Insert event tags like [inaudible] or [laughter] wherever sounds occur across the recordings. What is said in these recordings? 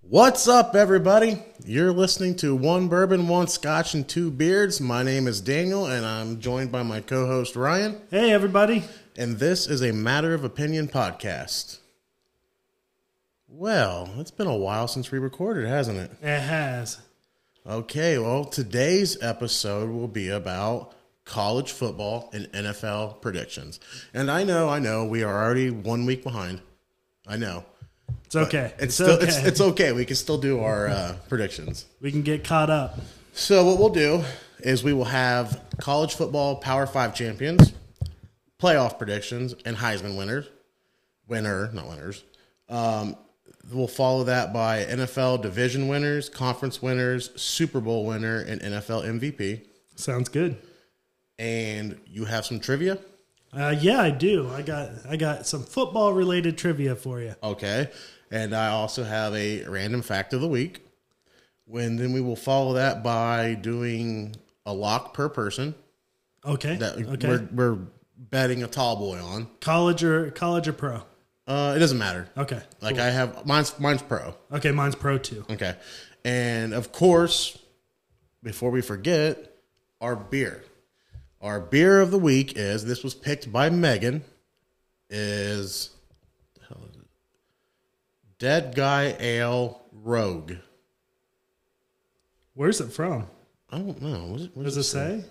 What's up, everybody? You're listening to One Bourbon, One Scotch, and Two Beards. My name is Daniel, and I'm joined by my co host Ryan, Hey, everybody. and this is a Matter of Opinion podcast. Well, it's been a while since we recorded, hasn't it? It has. Okay, well, today's episode will be about college football and NFL predictions. And I know, I know, we are already one week behind. I know. It's okay. It's, still, It's, it's okay. We can still do our uh, predictions. we can get caught up. So what we'll do is we will have college football Power Five champions, playoff predictions, and Heisman winners. Winner, not winners. Um, we'll follow that by NFL division winners, conference winners, Super Bowl winner, and NFL MVP. Sounds good. And you have some trivia. Uh, yeah, I do. I got I got some football related trivia for you. Okay. And I also have a random fact of the week. When then we will follow that by doing a lock per person Okay. that okay. we're, we're betting a tall boy on. college or college or pro. Uh, it doesn't matter. Okay. Like I have mine's mine's pro. Okay, mine's pro too. Okay, and of course, before we forget, our beer, our beer of the week is this was picked by Megan, is, the hell is it? Dead Guy Ale Rogue. Where's it from? I don't know. What, is it- what Does is it it? say?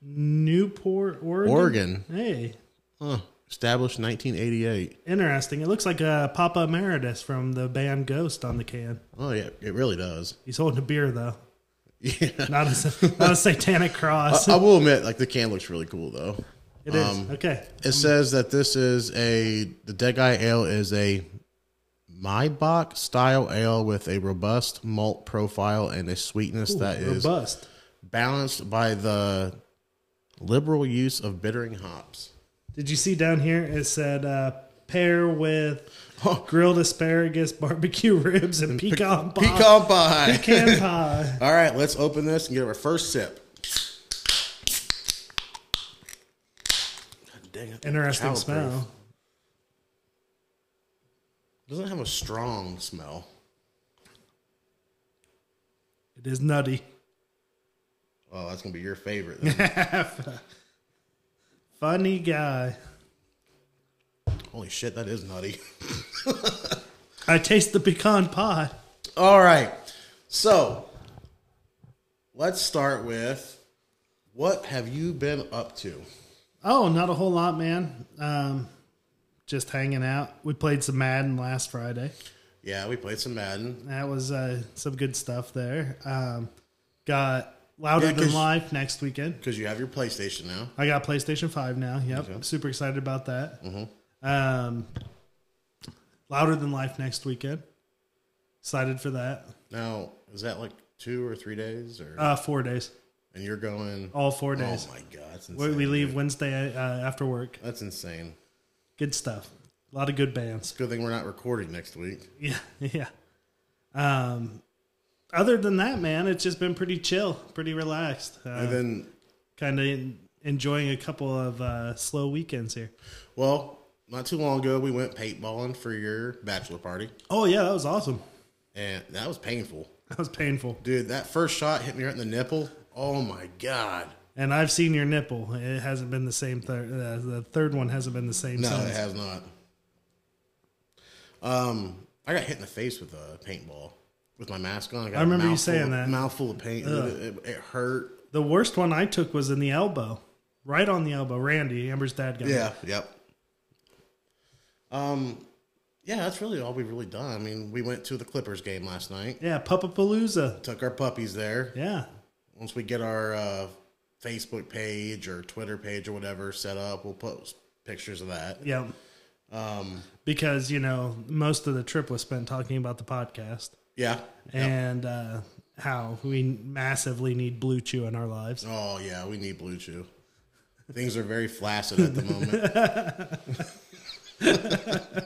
Newport, Oregon. Oregon, Hey, huh. established 1988. interesting. It looks like uh, Papa Emeritus from the band Ghost on the can. Oh yeah, it really does. [laughs] He's holding a beer though, Yeah. not a [laughs] not a satanic cross. I will admit, like the can looks really cool though. It is um, okay. It says that this is a the Dead Guy Ale is a Maibach style ale with a robust malt profile and a sweetness that is robust. balanced by the liberal use of bittering hops. Did you see down here? It said uh, pair with Oh. grilled asparagus, [laughs] barbecue ribs, and pecan pie. Pecan [laughs] pie. Pecan pie. [laughs] All right, let's open this and get our first sip. God dang it. Interesting Childproof. smell. Doesn't have a strong smell. It is nutty. Oh, that's gonna be your favorite. Then. Funny guy. Holy shit, that is nutty. [laughs] I taste the pecan pie. All right. So let's start with what have you been up to? Oh, not a whole lot, man. Um, just hanging out. We played some Madden last Friday. Yeah, we played some Madden. That was uh, some good stuff there. Um, got louder Yeah, 'cause- than life next weekend. Because you have your PlayStation now. I got PlayStation 5 now. Yep. Super excited about that. Mm-hmm. Um, Louder Than Life next weekend. Excited for that. Now, is that like two or three days? Or Uh, four days. and you're going? All four oh days. my god, that's we, insane. we leave Wednesday uh, after work. That's insane. Good stuff. A lot of good bands. [laughs] Good thing we're not recording next week. Yeah. Yeah. Um, other than that, man, it's just been pretty chill, pretty relaxed. And Uh, then, kind of enjoying a couple of uh, slow weekends here. well, not too long ago we went paintballing for your bachelor party, Oh, yeah. That was awesome. and that was painful, That was painful. dude. That first shot hit me right in the nipple. Oh my god. And I've seen your nipple. It hasn't been the same. Thir- uh, the third one hasn't been the same. No, it since. has not. Um, I got hit in the face with a paintball with my mask on. I, got I remember a you mouthful saying of- that. mouthful of paint. It, it- it hurt. The worst one I took was in the elbow, right on the elbow. Randy, Amber's dad, got Yeah. Yep. Um, yeah, that's really all we've really done. I mean, we went to the Clippers game last night. it. yeah, Papa Palooza. Took our puppies there. Yeah, Once we get our uh, Facebook page or Twitter page or whatever set up, we'll post pictures of that. yeah. Um, because you know most of the trip was spent talking about the podcast Yeah. and uh, how we massively need Blue Chew in our lives. Oh yeah, we need Blue Chew. Things are very flaccid at the moment.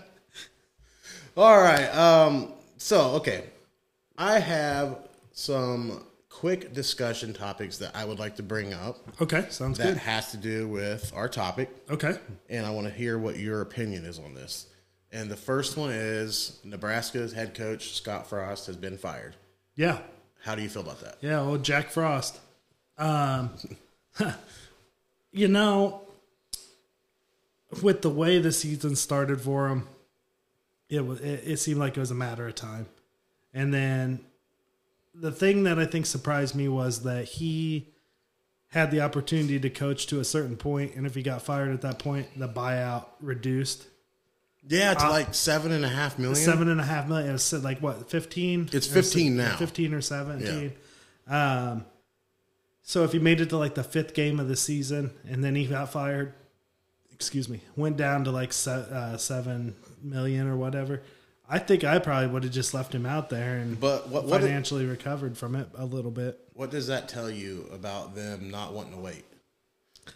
[laughs] All right. Um, so okay, I have some quick discussion topics that I would like to bring up Okay, sounds that good. has to do with our topic, Okay, and I want to hear what your opinion is on this. And the first one is Nebraska's head coach Scott Frost has been fired. Yeah. How do you feel about that? Yeah. Well, Jack Frost. Um, you know, with the way the season started for him, it was it, it seemed like it was a matter of time. And then the thing that I think surprised me was that he had the opportunity to coach to a certain point, and if he got fired at that point, the buyout reduced Yeah, to like seven and a half million. Uh, seven and a half million. It was like what fifteen? It's Or si- 15 now. Fifteen or seventeen. Um, so if he made it to like the fifth game of the season and then he got fired, excuse me, went down to like se- uh, seven million or whatever. I think I probably would have just left him out there and But what- what did- financially recovered from it a little bit. What does that tell you about them not wanting to wait?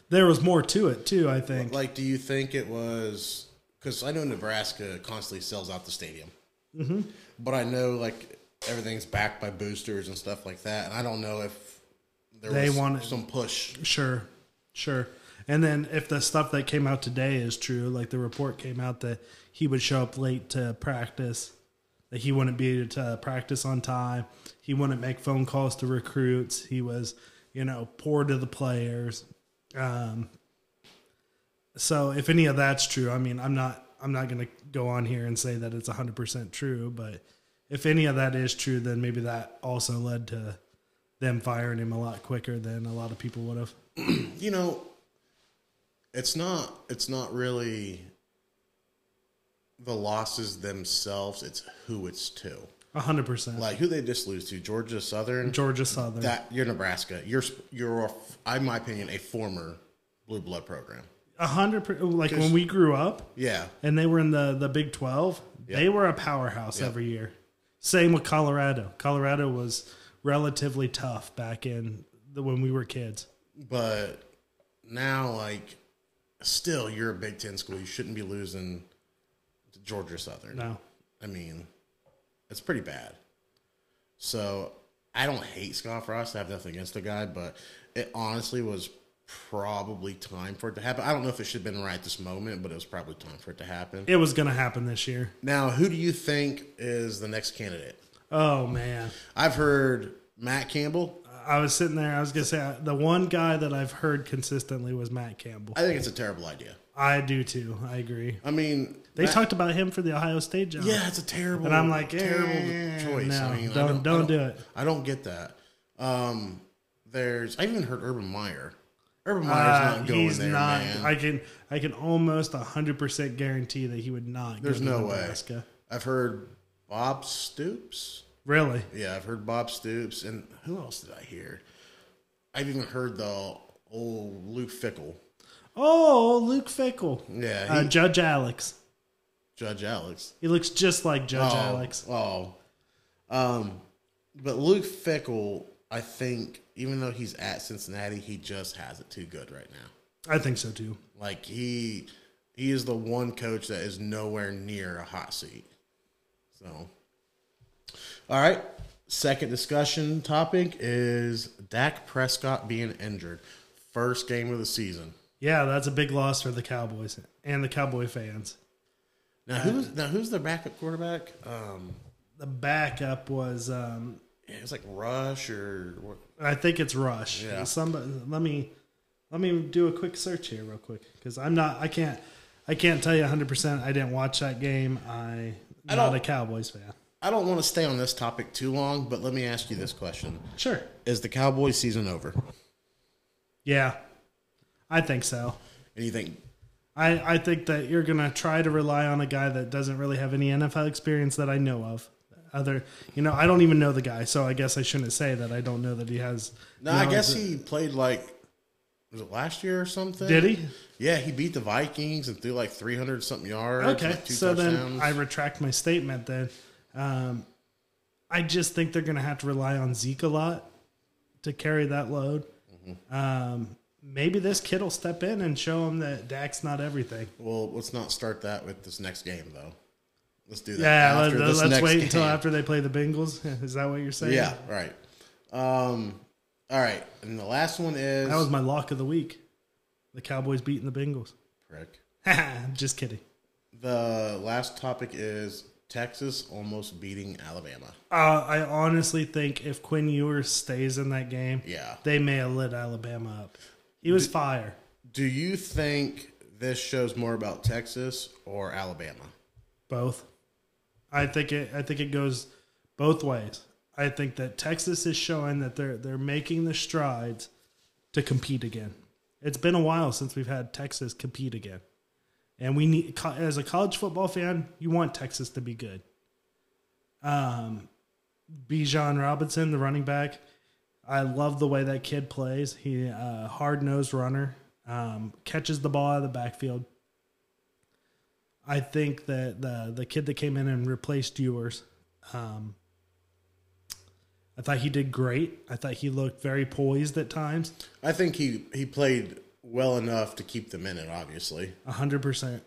There was more to it too. I think Like, do you think it was because I know Nebraska constantly sells out the stadium, but I know like everything's backed by boosters and stuff like that, and I don't know if there They was wanted- some push. Sure, sure. And then if the stuff that came out today is true, like the report came out that he would show up late to practice, that he wouldn't be able to practice on time, he wouldn't make phone calls to recruits, he was, you know, poor to the players. Um, so if any of that's true, I mean, I'm not, I'm not going to go on here and say that it's 100% true, but if any of that is true, then maybe that also led to them firing him a lot quicker than a lot of people would have. You know, it's not it's not really the losses themselves; it's who it's to. A hundred percent. Like who they just lose to Georgia Southern. Georgia Southern. That you're Nebraska. You're you're, in my opinion, a former blue blood program. A hundred. per- Like when we grew up, Yeah, and they were in the the Big Twelve, they were a powerhouse every year. Same with Colorado. Colorado was relatively tough back in the, when we were kids. but now like still you're a Big Ten school. You shouldn't be losing to Georgia Southern. No, I mean, it's pretty bad. So I don't hate Scott Frost. I have nothing against the guy, but it honestly was probably time for it to happen. I don't know if it should have been right at this moment, but it was probably time for it to happen. it was gonna happen this year. Now, who do you think is the next candidate? Oh man, I've heard Matt Campbell. I was sitting there. I was gonna say I- the one guy that I've heard consistently was Matt Campbell. I think it's a terrible idea. I do too. I agree. I mean, They Matt- talked about him for the Ohio State job. yeah, it's a terrible, And I'm like, eh, terrible choice. no, I mean, I don't- I don't do it. I don't get that. Um, there's, I even heard Urban Meyer. Urban Meyer's Uh, not going he's there, not. man. I can I can almost hundred percent guarantee that he would not. There's go to no way. Nebraska. I've heard Bob Stoops. Really? Yeah, I've heard Bob Stoops, and who else did I hear? I've even heard the old Luke Fickle. Oh, Luke Fickle, Yeah, uh, he- Judge Alex. Judge Alex. He looks just like Judge oh, Alex. Oh. Um, but Luke Fickle, I think, even though he's at Cincinnati, he just has it too good right now. I think so too. Like he he is the one coach that is nowhere near a hot seat. So all right. Second discussion topic is Dak Prescott being injured. First game of the season. Yeah, that's a big loss for the Cowboys and the Cowboy fans. Now who's now who's their backup quarterback? Um The backup was, um, it was like Rush or what I think it's Rush. Yeah. Somebody, let me let me do a quick search here real quick because I'm not. I can't. I can't tell you 100. percent I didn't watch that game. I I not don't- a Cowboys fan. I don't want to stay on this topic too long, but let me ask you this question: Sure. Is the Cowboys season over? Yeah, I think so. And you think I, I think that you're gonna try to rely on a guy that doesn't really have any NFL experience that I know of. Other, you know, I don't even know the guy, so I guess I shouldn't say that I don't know that he has. no? I knowledge guess that- he played like was it last year or something? did. He Yeah, he beat the Vikings and threw like three hundred something yards. okay. like two So then touchdowns. I retract my statement. Then, um, I just think they're gonna have to rely on Zeke a lot to carry that load. Mm-hmm. Um, maybe this kid will step in and show him that Dak's not everything. well, let's not start that with this next game though. Let's do that. Yeah, after let, this us next wait until game. after they play the Bengals. [laughs] Is that what you're saying? Yeah, right. Um, all right, and the last one is That was my lock of the week. The Cowboys beating the Bengals. [laughs] prick. Just kidding. The last topic is Texas almost beating Alabama. Uh, I honestly think if Quinn Ewers stays in that game, Yeah. they may have lit Alabama up. He was fire. Do you think this shows more about Texas or Alabama? Both. I think it. I think it goes both ways. I think that Texas is showing that they're they're making the strides to compete again. It's been a while since we've had Texas compete again, and we need co- as a college football fan, you want Texas to be good. Um, Bijan Robinson, the running back, I love the way that kid plays. He uh, hard nosed runner, um, catches the ball out of the backfield, I think that the the kid that came in and replaced Ewers, um, I thought he did great. I thought he looked very poised at times, I think he he played well enough to keep them in it, obviously. hundred percent.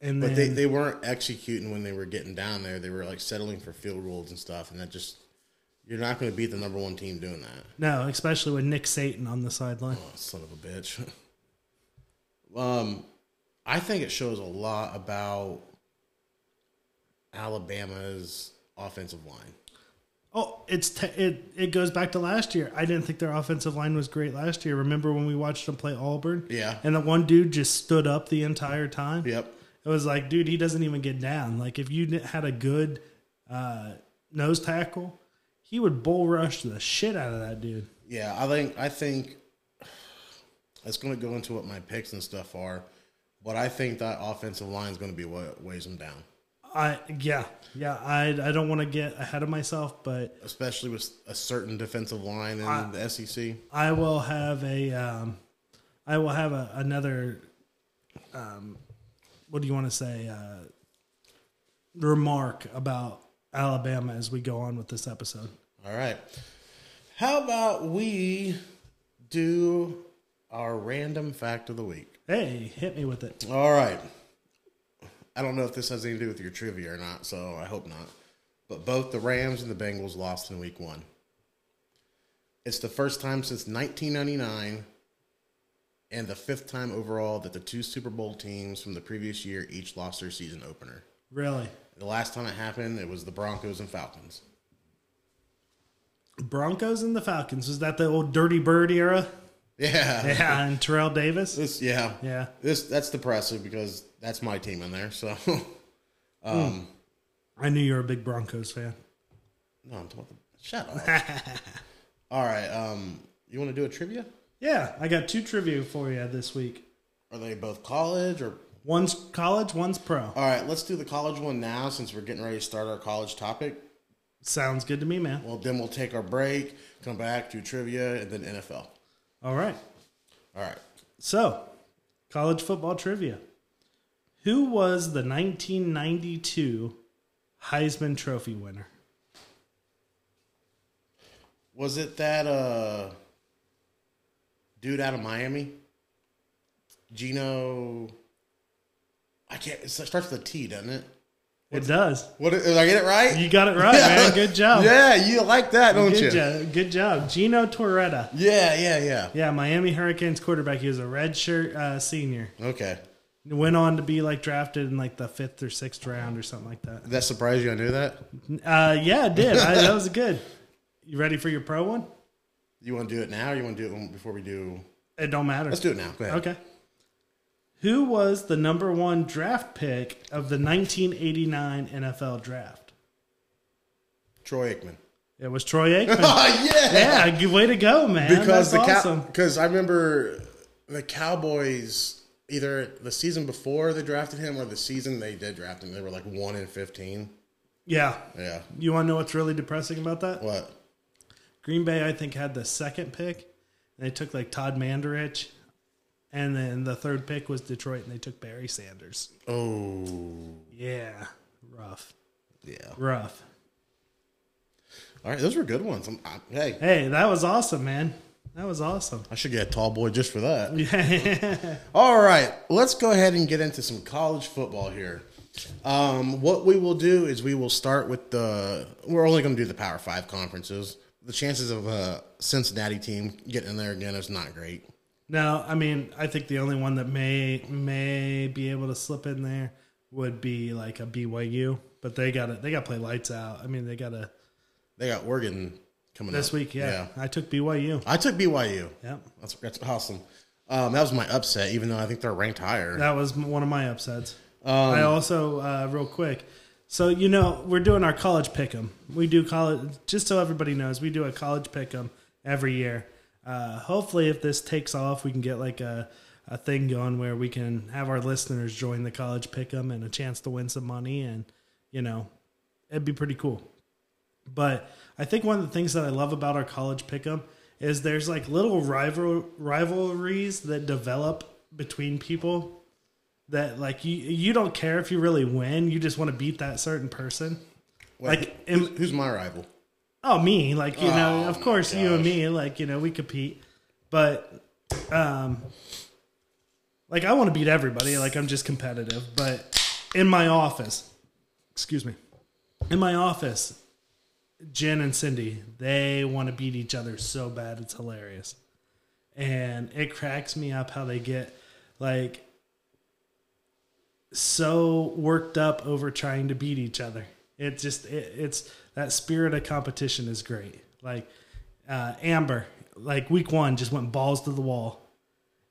And then But they, they weren't executing when they were getting down there. They were like settling for field goals and stuff, and that just you're not going to beat the number one team doing that. no, especially with Nick Satan on the sideline. Oh, son of a bitch. [laughs] um, I think it shows a lot about Alabama's offensive line. Oh, it's te- it it goes back to last year. I didn't think their offensive line was great last year. Remember when we watched them play Auburn? Yeah. and that one dude just stood up the entire time. Yep. It was like, dude, he doesn't even get down. Like, if you had a good uh, nose tackle, he would bull rush the shit out of that dude. Yeah, I think I think it's going to go into what my picks and stuff are, but I think that offensive line is going to be what weighs them down, I yeah yeah I I don't want to get ahead of myself, but especially with a certain defensive line in the E SEC. I will have a um, I will have a, another um, what do you want to say uh, remark about Alabama as we go on with this episode. All right, how about we do our random fact of the week? Hey, hit me with it. All right. I don't know if this has anything to do with your trivia or not, so I hope not. But both the Rams and the Bengals lost in week one. It's the first time since 1999 and the fifth time overall that the two Super Bowl teams from the previous year each lost their season opener. Really, The last time it happened, it was the Broncos and Falcons. [laughs] Broncos and the Falcons was that the old Dirty Bird era? Yeah. Yeah, and Terrell Davis. This, yeah. Yeah. This, that's depressing because that's my team in there, so. [laughs] um, I knew you were a big Broncos fan. No, I'm talking about the shut [laughs] up. All right, um, you want to do a trivia? Yeah, I got two trivia for you this week. Are they both college or? One's college, one's pro. All right, let's do the college one now since we're getting ready to start our college topic. Sounds good to me, man. Well, then we'll take our break, come back, do trivia, and then NFL. All right. All right, So, college football trivia. Who was the 1992 Heisman Trophy winner? was it that uh dude out of Miami, Gino? I can't. It starts with a T, doesn't it? it does. What did I get it right? You got it right, man. Good job. Yeah, you like that, don't you? Good job. Good job. Gino Toretta. Yeah, yeah, yeah. Yeah, Miami Hurricanes quarterback. He was a redshirt uh, senior. Okay. Went on to be like drafted in like the fifth or sixth round or something like that. Did that surprise you? I knew that. Uh, yeah, it did. I, that [laughs] was good. You ready for your pro one? You want to do it now, or you want to do it when- before we do? It don't matter. Let's do it now. Go ahead. Okay. Who was the number one draft pick of the 1989 NFL draft? Troy Aikman. It was Troy [laughs] Aikman. Oh yeah, [laughs] yeah, good way to go, man. because Because the That's cow. awesome. Because I remember the Cowboys either the season before they drafted him or the season they did draft him. They were like one in fifteen. yeah. Yeah. You want to know what's really depressing about that? What? Green Bay, I think, had the second pick. And they took like Todd Mandarich. And then the third pick was Detroit, and they took Barry Sanders. Oh Yeah. Rough. yeah. Rough. All right, those were good ones. I'm, I, hey, Hey, that was awesome, man. That was awesome. I should get a tall boy just for that. [laughs] Yeah. [laughs] All right, let's go ahead and get into some college football here. Um, what we will do is we will start with the. We're only going to do the Power Five conferences. The chances of a Cincinnati team getting in there again is not great. No, I mean, I think the only one that may may be able to slip in there would be like a BYU, but they got to they got to play lights out. I mean, they got to They got Oregon coming this up. week. Yeah, I took BYU. I took BYU. Yep. That's that's awesome. Um, that was my upset, even though I think they're ranked higher. That was m- one of my upsets. I also, uh, real quick. So you know, we're doing our college pick'em. We do college, just so everybody knows, we do a college pick'em every year. Uh, hopefully, if this takes off, we can get like a, a thing going where we can have our listeners join the college pick'em and a chance to win some money, and you know, it'd be pretty cool. But I think one of the things that I love about our college pick'em is there's like little rival rivalries that develop between people that like you you don't care if you really win, you just want to beat that certain person. Wait, like, who's, who's my rival? Oh, me, like you know, Oh, of my course you and gosh. me, like you know, we compete, but um, like I want to beat everybody. Like I'm just competitive, but in my office, excuse me, in my office, Jen and Cindy, they want to beat each other so bad it's hilarious, and it cracks me up how they get like so worked up over trying to beat each other. It just it, it's that spirit of competition is great. Like uh, Amber, like week one, just went balls to the wall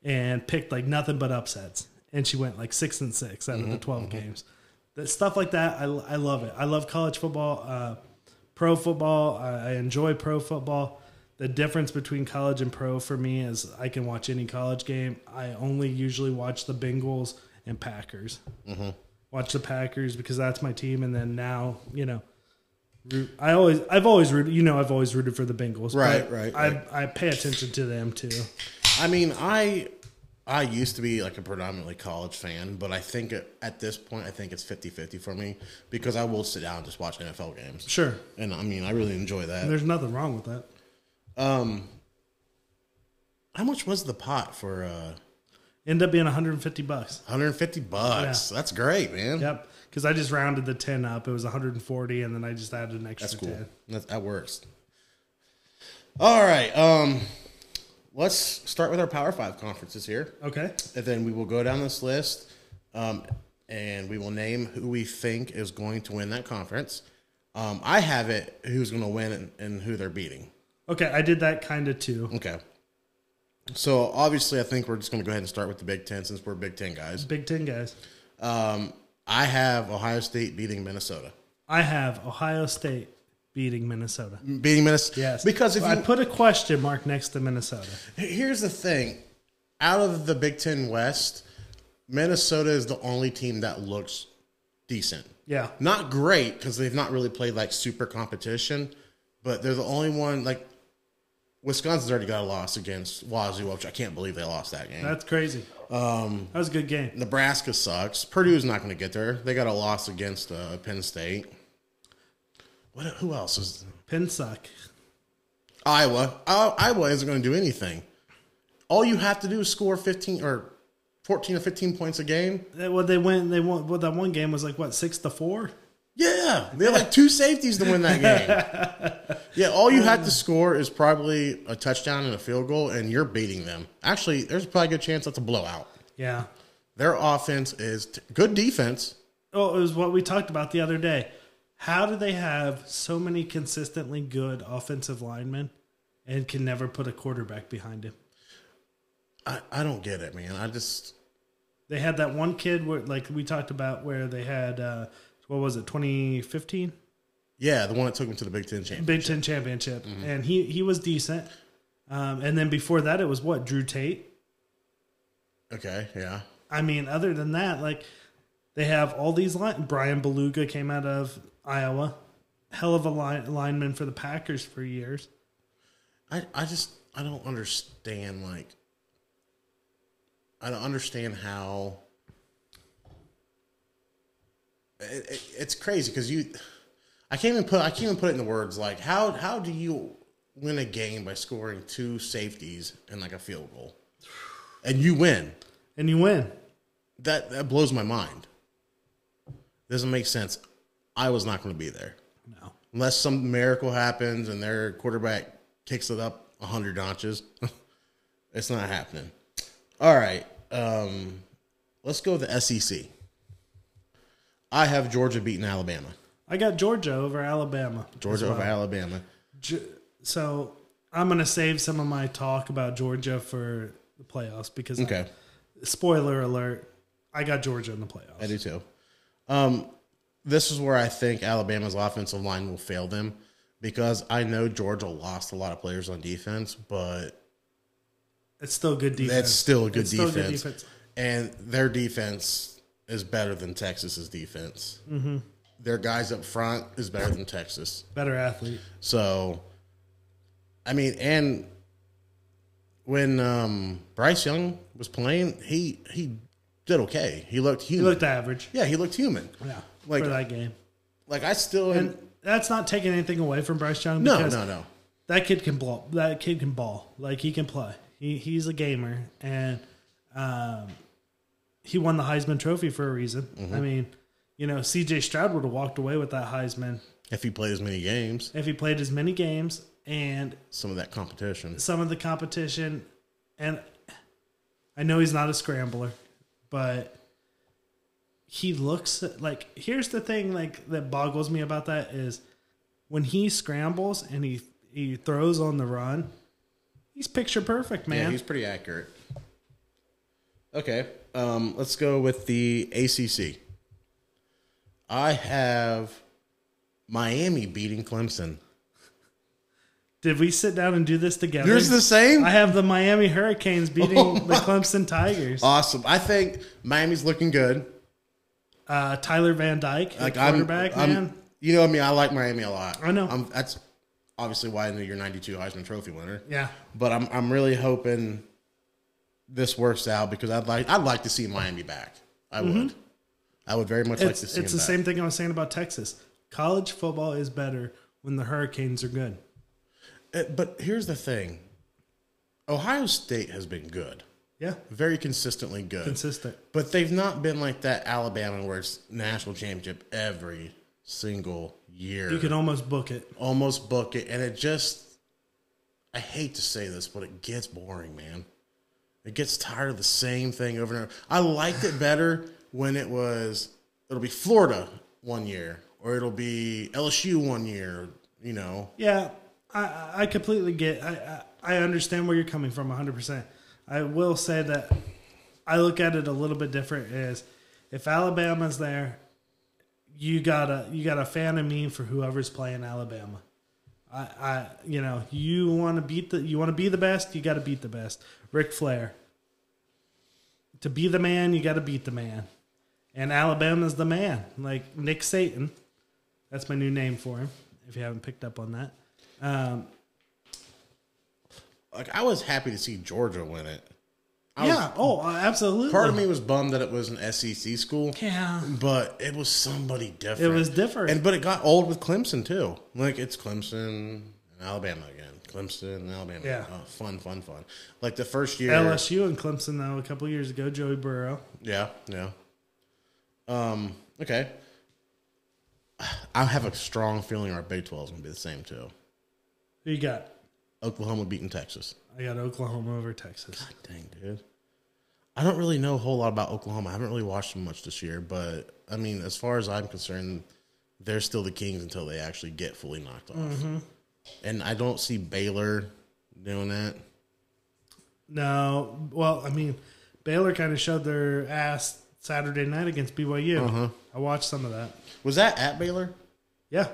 and picked like nothing but upsets, and she went like six and six out of Mm-hmm. the 12 games. That stuff like that, I, I love it. I love college football, uh, pro football. I, I enjoy pro football. The difference between college and pro for me is I can watch any college game. I only usually watch the Bengals and Packers Mm-hmm. watch the Packers because that's my team. And then now, you know, root, I always, I've always rooted, you know, I've always rooted for the Bengals. Right, but right, I, right. I pay attention to them too. I mean, I I used to be like a predominantly college fan, but I think at- at this point, I think it's 50-50 for me because I will sit down and just watch NFL games. Sure. And I mean, I really enjoy that. There's nothing wrong with that. How much was the pot for uh, End up being 150 bucks. [laughs] 150 bucks? That's great, man. Yep. Cause I just rounded the 10 up. It was 140. And then I just added an extra That's cool. 10. That, that works. All right. Um, let's start with our Power Five conferences here. Okay. And then we will go down this list um, and we will name who we think is going to win that conference. Um, I have it who's going to win and, and who they're beating. Okay. I did that kind of too. Okay. So obviously, I think we're just going to go ahead and start with the Big Ten since we're Big Ten guys. Big 10 guys. Um, I have Ohio State beating Minnesota. I have Ohio state beating Minnesota. Beating Minnesota. Yes. Because if I you, put a question mark next to Minnesota. Here's the thing: out of the Big Ten West, Minnesota is the only team that looks decent. Yeah. Not great because they've not really played like super competition, but they're the only one. Like Wisconsin's already got a loss against Wazoo, which I can't believe they lost that game. That's crazy. Um, that was a good game. Nebraska sucks. Purdue's not going to get there. They got a loss against uh, Penn State. What? Who else is Pin suck. Iowa. I- Iowa isn't going to do anything. All you have to do is score 15 or 14 or 15 points a game. Eh, Well, they went. They won. Well, that one game was like what six to four. Yeah, they had like two safeties to win that game. yeah, all you have to score is probably a touchdown and a field goal, and you're beating them. Actually, there's probably a good chance that's a blowout. Yeah. Their offense is t- good defense. Oh, it was what we talked about the other day. How do they have so many consistently good offensive linemen and can never put a quarterback behind him? I, I don't get it, man. I just They had that one kid where, like we talked about, where they had uh, what was it, twenty fifteen yeah, the one that took them to the Big Ten championship. Big Ten championship, and he he was decent. Um, and then before that, it was what Drew Tate. Okay, yeah, I mean, other than that, like they have all these line. Brian Beluga came out of Iowa, hell of a line- lineman for the Packers for years. I, I just I don't understand like I don't understand how it, it, it's crazy because you I can't even put I can't even put it in the words like how how do you win a game by scoring two safeties and like a field goal and you win And you win. that that blows my mind doesn't make sense I was not going to be there No, unless some miracle happens and their quarterback kicks it up 100 notches [laughs] it's not happening all right um, let's go with the sec E I have Georgia beating Alabama. I got Georgia over Alabama. Georgia over Alabama. Ge- So I'm going to save some of my talk about Georgia for the playoffs because, Okay, spoiler alert, I got Georgia in the I playoffs. do too. Um, this is where I think Alabama's offensive line will fail them because I know Georgia lost a lot of players on defense, but It's still good defense. that's still a good, It's still defense. good defense. And their defense is better than Texas's defense. Mm-hmm. Their guys up front is better than Texas. Better athlete. So, I mean, and when um, Bryce Young was playing, he he did okay. He looked He human. looked average. yeah, he looked human. Yeah. Like- for that game. Like I still And that's not taking anything away from Bryce Young. no because no no. that kid can ball. That kid can ball. Like he can play. He he's a gamer, and um, he won the Heisman Trophy for a reason. I mean, you know, C.J. Stroud would have walked away with that Heisman If he played as many games, if he played as many games and some of that competition. some of the competition. And I know he's not a scrambler, but he looks like. Here's the thing, like that boggles me about that is when he scrambles and he he throws on the run. He's picture perfect, Yeah, man. he's pretty accurate. Okay, um, let's go with the ACC. I have Miami beating Clemson. Did we sit down and do this together? Yours the same? I have the Miami Hurricanes beating [laughs] the Clemson Tigers. Awesome. I think Miami's looking good. Uh, Tyler Van Dyke, like like I'm- quarterback, I'm, man. You know, I mean, I like Miami a lot. I know. I'm, that's obviously why I know you're '92 Heisman Trophy winner. yeah, But I'm I'm really hoping this works out because I'd like I'd like to see Miami back. I would. I would very much like Mm-hmm. it's, to see. it's him the back. same thing I was saying about Texas. College football is better when the Hurricanes are good. Uh, But here's the thing: Ohio State has been good, Yeah, very consistently good, consistent. but they've not been like that Alabama where it's national championship every single year. You can almost book it. almost book it, and it just I hate to say this, but it gets boring, man. It gets tired of the same thing over and over. I liked it better when it was it'll be Florida one year, or it'll be LSU one year, you know. Yeah, I- I, I completely get. I, I I understand where you're coming from 100. percent I will say that I look at it a little bit different. Is if Alabama's there, you gotta you got a fan of me for whoever's playing Alabama. I, I you know you want to beat the you want to be the best. You got to beat the best. Ric Flair. To be the man, you got to beat the man, and Alabama's the man. Like Nick Satan. That's my new name for him. If you haven't picked up on that, um, Like I was happy to see Georgia win it. I was- yeah. oh, uh, absolutely. part of me was bummed that it was an SEC school, yeah, but it was somebody it different. was different. And but it got old with Clemson too. Like it's Clemson and Alabama again. Clemson and Alabama. Yeah. Oh, fun, fun, fun. Like the first year. LSU and Clemson though a couple years ago, Joey Burrow. Yeah, yeah. Um. Okay. I have a strong feeling our Big Twelve is going to be the same too. Who you got? Oklahoma beating Texas. I got Oklahoma over Texas. Dang, dude. I don't really know a whole lot about Oklahoma. I haven't really watched them much this year, but I mean, as far as I'm concerned, they're still the Kings until they actually get fully knocked off. Mm-hmm. And I don't see Baylor doing that. No, well, I mean, Baylor kind of showed their ass Saturday night against BYU. Uh-huh. I watched some of that. Was that at Baylor? Yeah.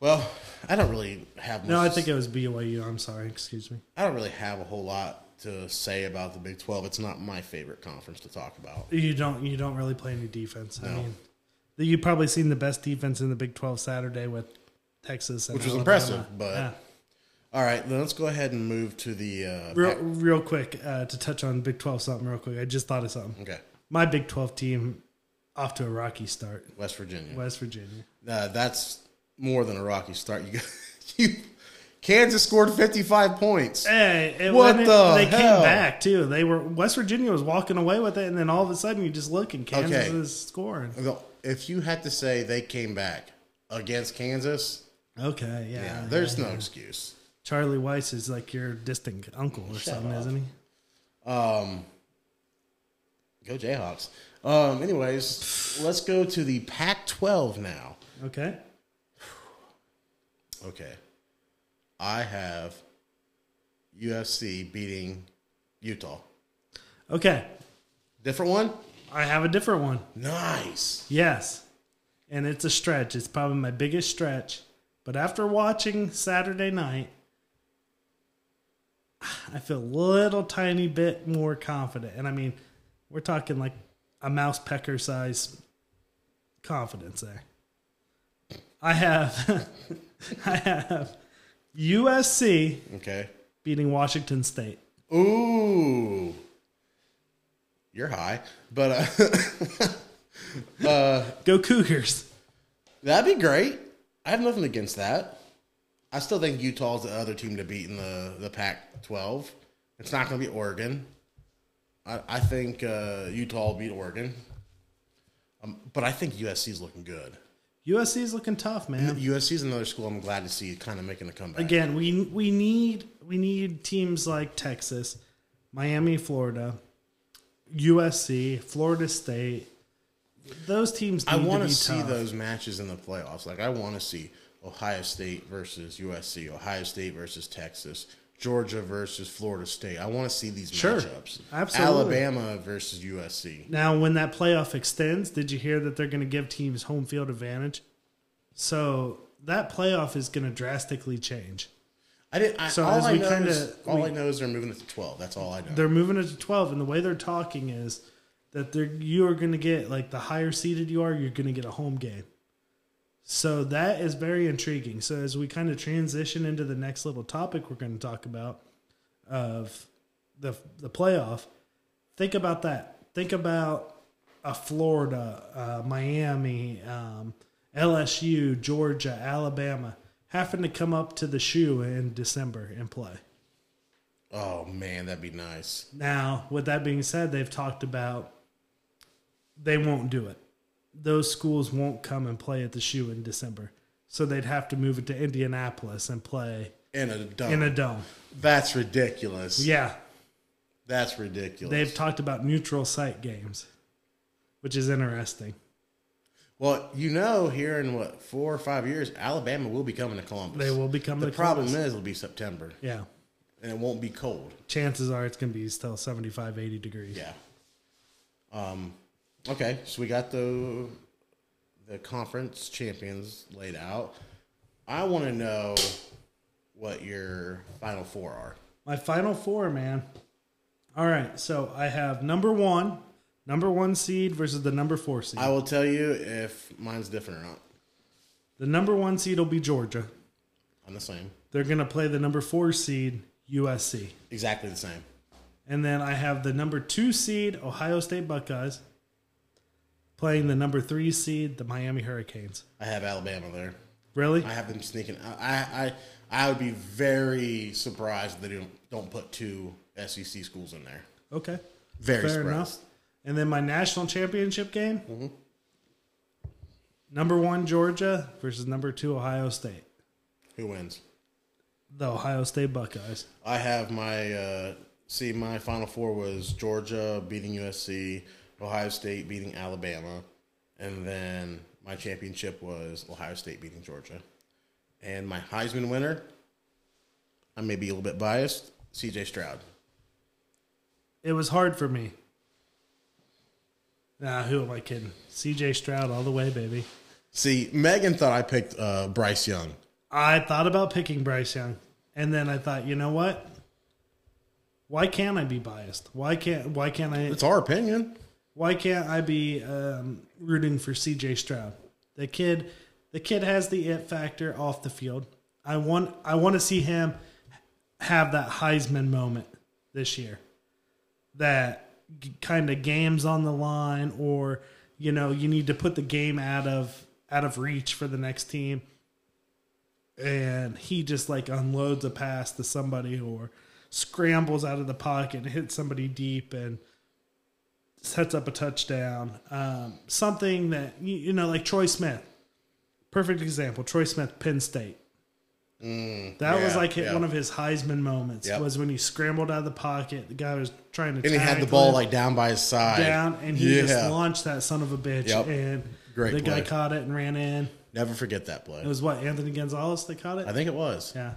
Well, I don't really have. Much No, I think it was BYU. I'm sorry. Excuse me. I don't really have a whole lot to say about the Big Twelve. It's not my favorite conference to talk about. You don't. You don't really play any defense. I mean, you probably seen the best defense in the Big 12 Saturday with Texas, and Which was Alabama. impressive, but- Yeah. All right, then let's go ahead and move to the. Uh, Real, Pac- real quick, uh, to touch on Big 12 something real quick. I just thought of something. okay, My Big 12 team off to a rocky start. West Virginia. West Virginia. Uh, that's more than a rocky start. You, got, [laughs] you, Kansas scored fifty-five points. Hey, it, What when it- the they hell? came back too. They were West Virginia was walking away with it, and then all of a sudden you just look and Kansas Okay. is scoring. If you had to say they came back against Kansas, Okay, yeah. yeah, there's no excuse. Charlie Weiss is like your distant uncle or something, isn't he? Um, Go Jayhawks. Um, anyways, let's go to the Pac 12 now. Okay. Okay. I have UFC beating Utah. Okay. Different one? I have a different one. Nice. Yes. And it's a stretch. It's probably my biggest stretch. But after watching Saturday night, I feel a little tiny bit more confident. And I mean, we're talking like a mouse pecker size confidence there. I have [laughs] I have USC Okay. beating Washington State. Ooh. You're high. But uh, [laughs] Go Cougars. that'd be great. I have nothing against that. I still think Utah's the other team to beat in the, the Pac 12. It's not going to be Oregon. I, I think uh, Utah will beat Oregon. Um, but I think USC's looking good. USC's looking tough, man. USC's another school I'm glad to see kind of making a comeback. again we we need we need teams like texas miami florida usc florida state those teams need I want to to be see tough. those matches in the playoffs. Like I want to see Ohio State versus USC, Ohio State versus Texas, Georgia versus Florida State. I want to see these Sure. matchups. Absolutely. Alabama versus USC. now when that playoff extends did you hear that they're going to give teams home field advantage so that playoff is going to drastically change I didn't. I, So all as I we know kinda- is, all we- I know is they're moving it to twelve. That's all I know. they're moving it to 12 and the way they're talking is that they're you are going to get like the higher seeded you are you're going to get a home game so that is very intriguing so as we kind of transition into the next little topic we're going to talk about of the the playoff think about that think about a florida uh, miami um, lsu georgia alabama having to come up to the shoe in december and play Oh man, that'd be nice. now, with that being said, they've talked about they won't do it. Those schools won't come and play at the shoe in December. So they'd have to move it to Indianapolis and play In a dunk. in a dome. That's ridiculous. Yeah. That's ridiculous. They've talked about neutral site games, which is interesting. Well, you know, here in what four or five years, Alabama will be coming to Columbus. They will become The the problem is, it'll be September, Yeah. and it won't be cold. Chances are it's going to be still 75, 80 degrees. Yeah. Um. Okay, so we got the the conference champions laid out. I want to know what your final four are. My final four, man. All right. So I have number one, number one seed versus the number four seed. I will tell you if mine's different or not. The number one seed will be Georgia. I'm the same, They're going to play the number four seed, USC. exactly the same. And then I have the number two seed, Ohio State Buckeyes, playing the number three seed, the Miami Hurricanes. I have Alabama there. Really? I have them sneaking. I I I, I would be very surprised if they don't don't put two SEC schools in there. Okay. Very Fair surprised. Mm-hmm. enough. And then my national championship game number one, Georgia versus number two, Ohio State. Who wins? The Ohio State Buckeyes. I have my uh, see my final four was Georgia beating USC, Ohio State beating Alabama, and then my championship was Ohio State beating Georgia. And my Heisman winner, I may be a little bit biased, CJ Stroud. It was hard for me. Nah, who am I kidding? CJ Stroud all the way, baby. See, Megan thought I picked uh, Bryce Young. I thought about picking Bryce Young, and then I thought, you know what? Why can't I be biased? Why can't Why can't I? It's our opinion. Why can't I be um, rooting for C.J. Stroud? The kid, the kid has the it factor off the field. I want I want to see him have that Heisman moment this year. That kind of games on the line, or you know, you need to put the game out of out of reach for the next team and he just like unloads a pass to somebody or scrambles out of the pocket and hits somebody deep and sets up a touchdown. Um, something that you, you know, like Troy Smith, perfect example. Troy Smith, Penn State. that was Mm, yeah, like hit yeah. one of his Heisman moments. Yep. Was when he scrambled out of the pocket. The guy was trying to And he had the tackle ball him like down by his side. down, and he Yeah. just launched that son of a bitch. Yep. And Great the guy play. caught it and ran in. Never forget that play. It was what Anthony Gonzalez that caught it. I think it was. yeah,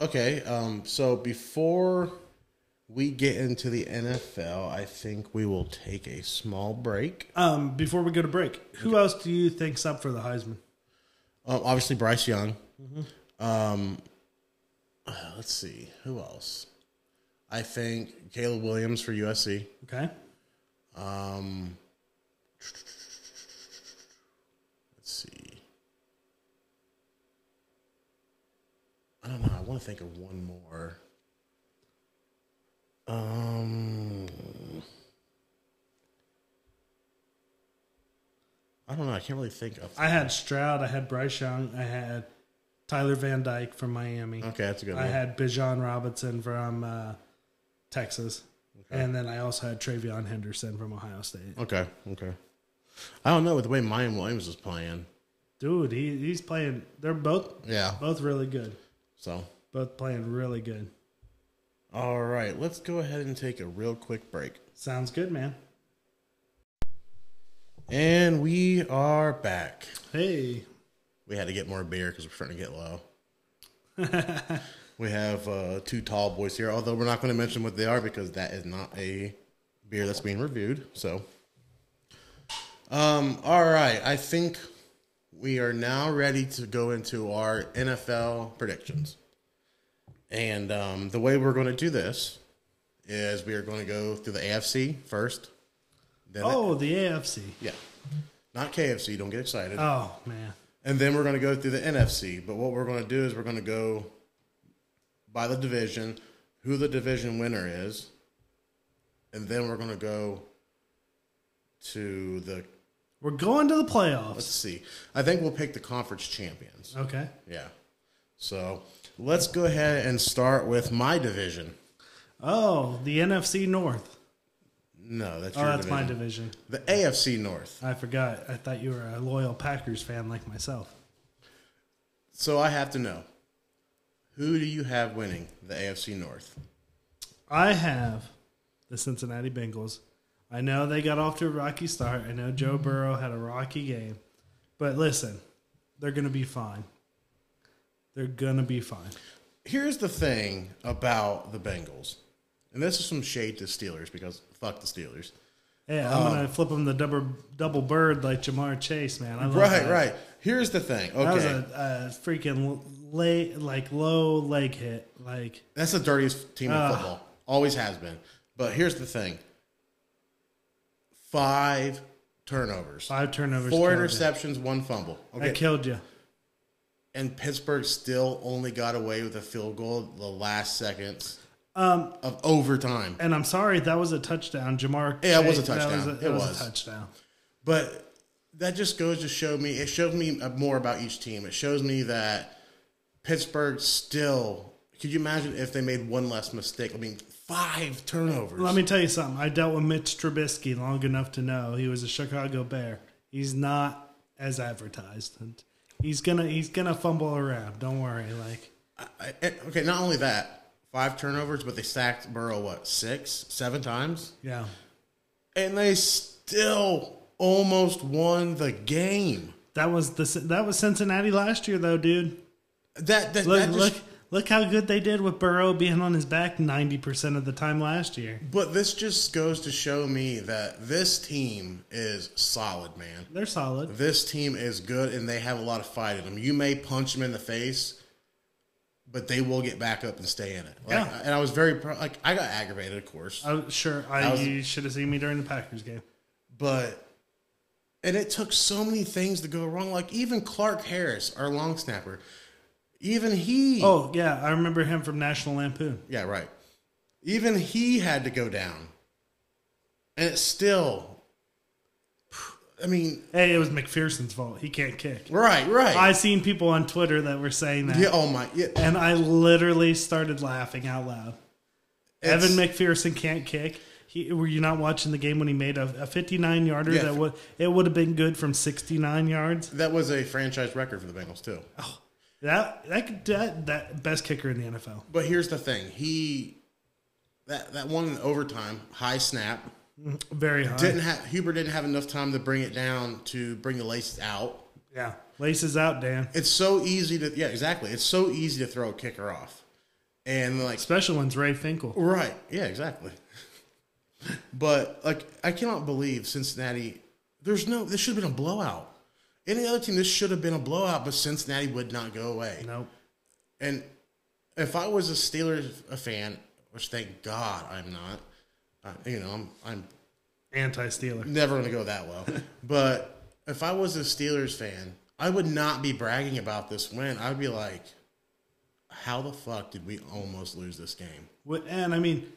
Okay, um, so before we get into the NFL, I think we will take a small break. Um, before we go to break, who else do you think's up for the Heisman? Um, obviously, Bryce Young. Um, uh, let's see who else. I think Caleb Williams for USC. Okay. Um, Let's see. I don't know. I want to think of one more. Um, I don't know. I can't really think of. I had Stroud, I had Bryce Young, I had Tyler Van Dyke from Miami. Okay, that's a good I one. had Bijan Robinson from uh, Texas. And then I also had Travion Henderson from Ohio State. Okay, okay. I don't know with the way Mayan Williams was playing. Dude, he, he's playing they're both Yeah. both really good. So, Both playing really good. all right, let's go ahead and take a real quick break. Sounds good, man. And we are back. Hey. We had to get more beer because we're starting to get low. we have uh, two tall boys here, although we're not going to mention what they are because that is not a beer that's being reviewed. So, um, all right, I think we are now ready to go into our NFL predictions. And um, the way we're going to do this is we are going to go through the AFC first. Then Oh, the AFC. yeah, not KFC. Don't get excited. Oh man. And then we're going to go through the NFC. But what we're going to do is we're going to go by the division, who the division winner is, and then we're going to go to the. We're going to the playoffs. Let's see. I think we'll pick the conference champions. Okay. Yeah. So let's go ahead and start with my division. Oh, the NFC North. No, that's Oh, your that's my division. division. The AFC North. I forgot. I thought you were a loyal Packers fan like myself. So I have to know who do you have winning the AFC North? I have the Cincinnati Bengals. I know they got off to a rocky start. I know Joe Burrow had a rocky game. But listen, they're going to be fine. They're going to be fine. here's the thing about the Bengals, and this is some shade to Steelers because fuck the Steelers. Yeah, I'm going to flip them the double, double bird like Jamar Chase, Oh, man. I love Right, that. right. Here's the thing. Okay, That was a, a freaking late, like low leg hit. Like, that's the dirtiest team in football. Always has been. But here's the thing: five turnovers, five turnovers. four killed you. interceptions, one fumble. That Okay, killed you. and Pittsburgh still only got away with a field goal the last seconds Um, of overtime. And I'm sorry, that was a touchdown. Jamar. Yeah, it was a Chase, that touchdown. was a- It it was was. a touchdown. But that just goes to show me, it shows me more about each team. It shows me that Pittsburgh still, could you imagine if they made one less mistake? I mean, five turnovers. Let me tell you something. I dealt with Mitch Trubisky long enough to know he was a Chicago Bear. He's not as advertised. And He's gonna he's gonna fumble around. Don't worry. Like I- I- okay, not only that, five turnovers, but they sacked Burrow, what, six, seven times? yeah, And they still almost won the game. that was the that was Cincinnati last year though, dude. That, that, Look that just look look how good they did with Burrow being on his back ninety percent of the time last year. But this just goes to show me that this team is solid, man. They're solid. this team is good and they have a lot of fight in them. You may punch them in the face, but they will get back up and stay in it. Like, Yeah. And I was very pro- like I got aggravated, of course, I'm sure. I, was- you should have seen me during the Packers game. but and it took so many things to go wrong. Like even Clark Harris, our long snapper, even he. Oh yeah, I remember him from National Lampoon. Yeah, right. Even he had to go down, and it's still. I mean, Hey, it was McPherson's fault. He can't kick. right, right. I seen people on Twitter that were saying that. yeah. Oh my. Yeah. and I literally started laughing out loud. it's- Evan McPherson can't kick. He, were you not watching the game when he made a, a 59 yarder Yeah. that would it would have been good from 69 yards? That was a franchise record for the Bengals too. That that could- that, that best kicker in the NFL. But here's the thing: he that that one in overtime high snap Very high. didn't have Huber didn't have enough time to bring it down to bring the laces out. yeah. Laces out, Dan. It's so easy to yeah exactly. It's so easy to throw a kicker off, and like Special one's Ray Finkel. Right. Yeah, exactly. [laughs] but like I cannot believe Cincinnati there's no this should have been a blowout. Any other team this should have been a blowout, but Cincinnati would not go away. Nope. And if I was a Steelers a fan, which thank God I'm not, uh, you know, I'm I'm Anti-Steeler. never going to go that well. but if I was a Steelers fan, I would not be bragging about this win. I'd be like, how the fuck did we almost lose this game? Wh- And I mean,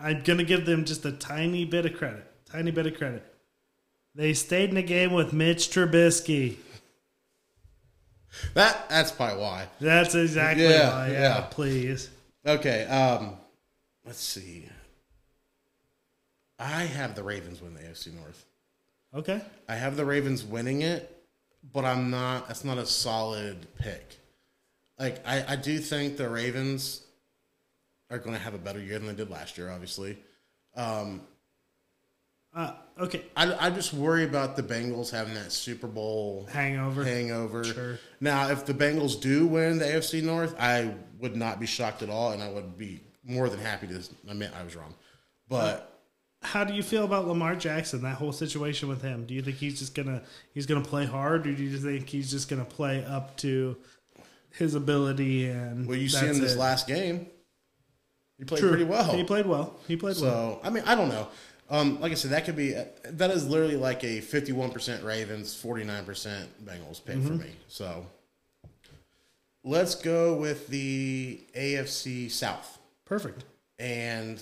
I'm gonna give them just a tiny bit of credit. Tiny bit of credit. They stayed in the game with Mitch Trubisky. That that's probably why. That's exactly Yeah, why. Yeah, yeah. please. Okay. Um, let's see. I have the Ravens win the AFC North. Okay. I have the Ravens winning it, but I'm not. That's not a solid pick. Like I, I do think the Ravens are going to have a better year than they did last year. Obviously, Uh, okay. I, I just worry about the Bengals having that Super Bowl Hangover. hangover. Sure. Now, if the Bengals do win the AFC North, I would not be shocked at all, and I would be more than happy to admit I was wrong. But How do you feel about Lamar Jackson? That whole situation with him. Do you think he's just gonna he's gonna play hard, or do you think he's just gonna play up to his ability? And Well, you see that's him this it? last game. He played True. pretty well. He played well. He played so well. I mean, I don't know. Um, like I said, that could be that is literally like a fifty-one percent Ravens, forty-nine percent Bengals pick for me. So let's go with the AFC South Perfect. and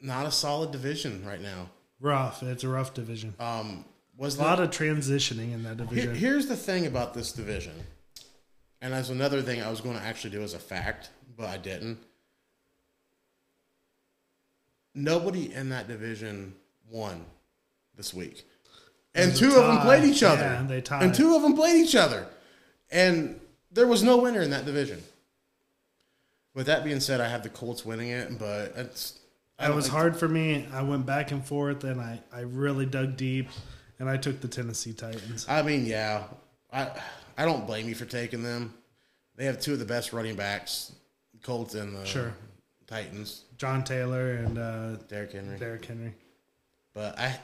not a solid division right now. Rough. It's a rough division. Um, was a lot of transitioning in that Here- division. here's the thing about this division, and that's another thing I was going to actually do as a fact, but I didn't. Nobody in that division won this week, and was a two of them tie. played each other. Yeah, they tied. And two of them played each other, and there was no winner in that division. With that being said, I have the Colts winning it, but it's I It don't was think- hard for me. I went back and forth, and I I really dug deep, and I took the Tennessee Titans. I mean, yeah, I I don't blame you for taking them. They have two of the best running backs, Colts and the Sure. Titans, John Taylor and uh, Derrick Henry. Derrick Henry. But I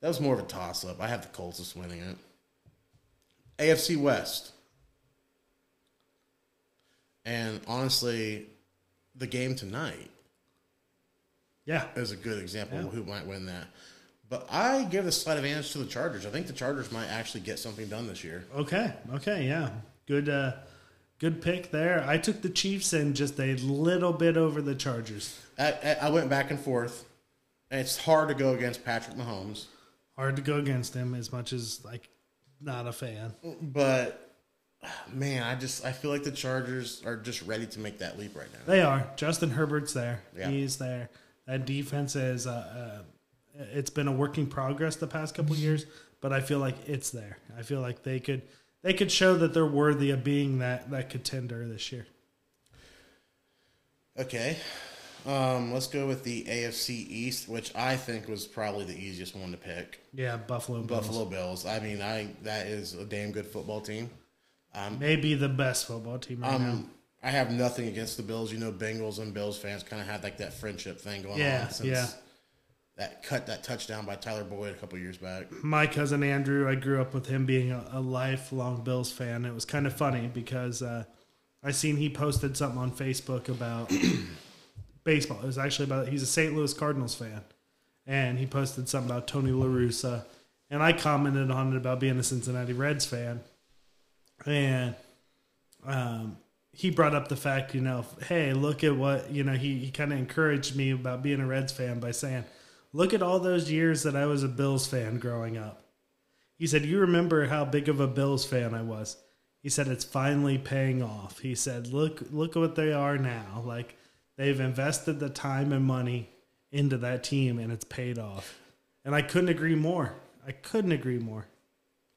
that was more of a toss up. I have the Colts as winning it. AFC West, and honestly, the game tonight Yeah, is a good example of who might win that. But I give the slight advantage to the Chargers. I think the Chargers might actually get something done this year. Okay. Okay. Yeah. Good. Uh, good pick there. I took the Chiefs and just a little bit over the Chargers. I, I- I went back and forth. And it's hard to go against Patrick Mahomes, Hard to go against him as much as like not a fan. but man, I just I feel like the Chargers are just ready to make that leap right now. They are. Justin Herbert's there. Yeah. He's there. That defense is. Uh, uh, it's been a work in progress the past couple years, but I feel like it's there. I feel like they could they could show that they're worthy of being that that contender this year. Okay, um, let's go with the AFC East, which I think was probably the easiest one to pick. Yeah, Buffalo. Bills. Buffalo Bills. I mean, I that is a damn good football team. Maybe the best football team right now. Um, I have nothing against the Bills. You know, Bengals and Bills fans kind of had like that friendship thing going Yeah, on since yeah. that cut that touchdown by Tyler Boyd a couple years back. my cousin Andrew, I grew up with him being a, a lifelong Bills fan. It was kind of funny because uh, I seen he posted something on Facebook about baseball. It was actually about he's a St. Louis Cardinals fan, and he posted something about Tony La Russa, and I commented on it about being a Cincinnati Reds fan, and um, he brought up the fact, you know, hey, look at what, you know, he, he kind of encouraged me about being a Reds fan by saying, look at all those years that I was a Bills fan growing up. He said, you remember how big of a Bills fan I was. He said, it's finally paying off. He said, look, look what they are now. Like they've invested the time and money into that team, and it's paid off. And I couldn't agree more. I couldn't agree more.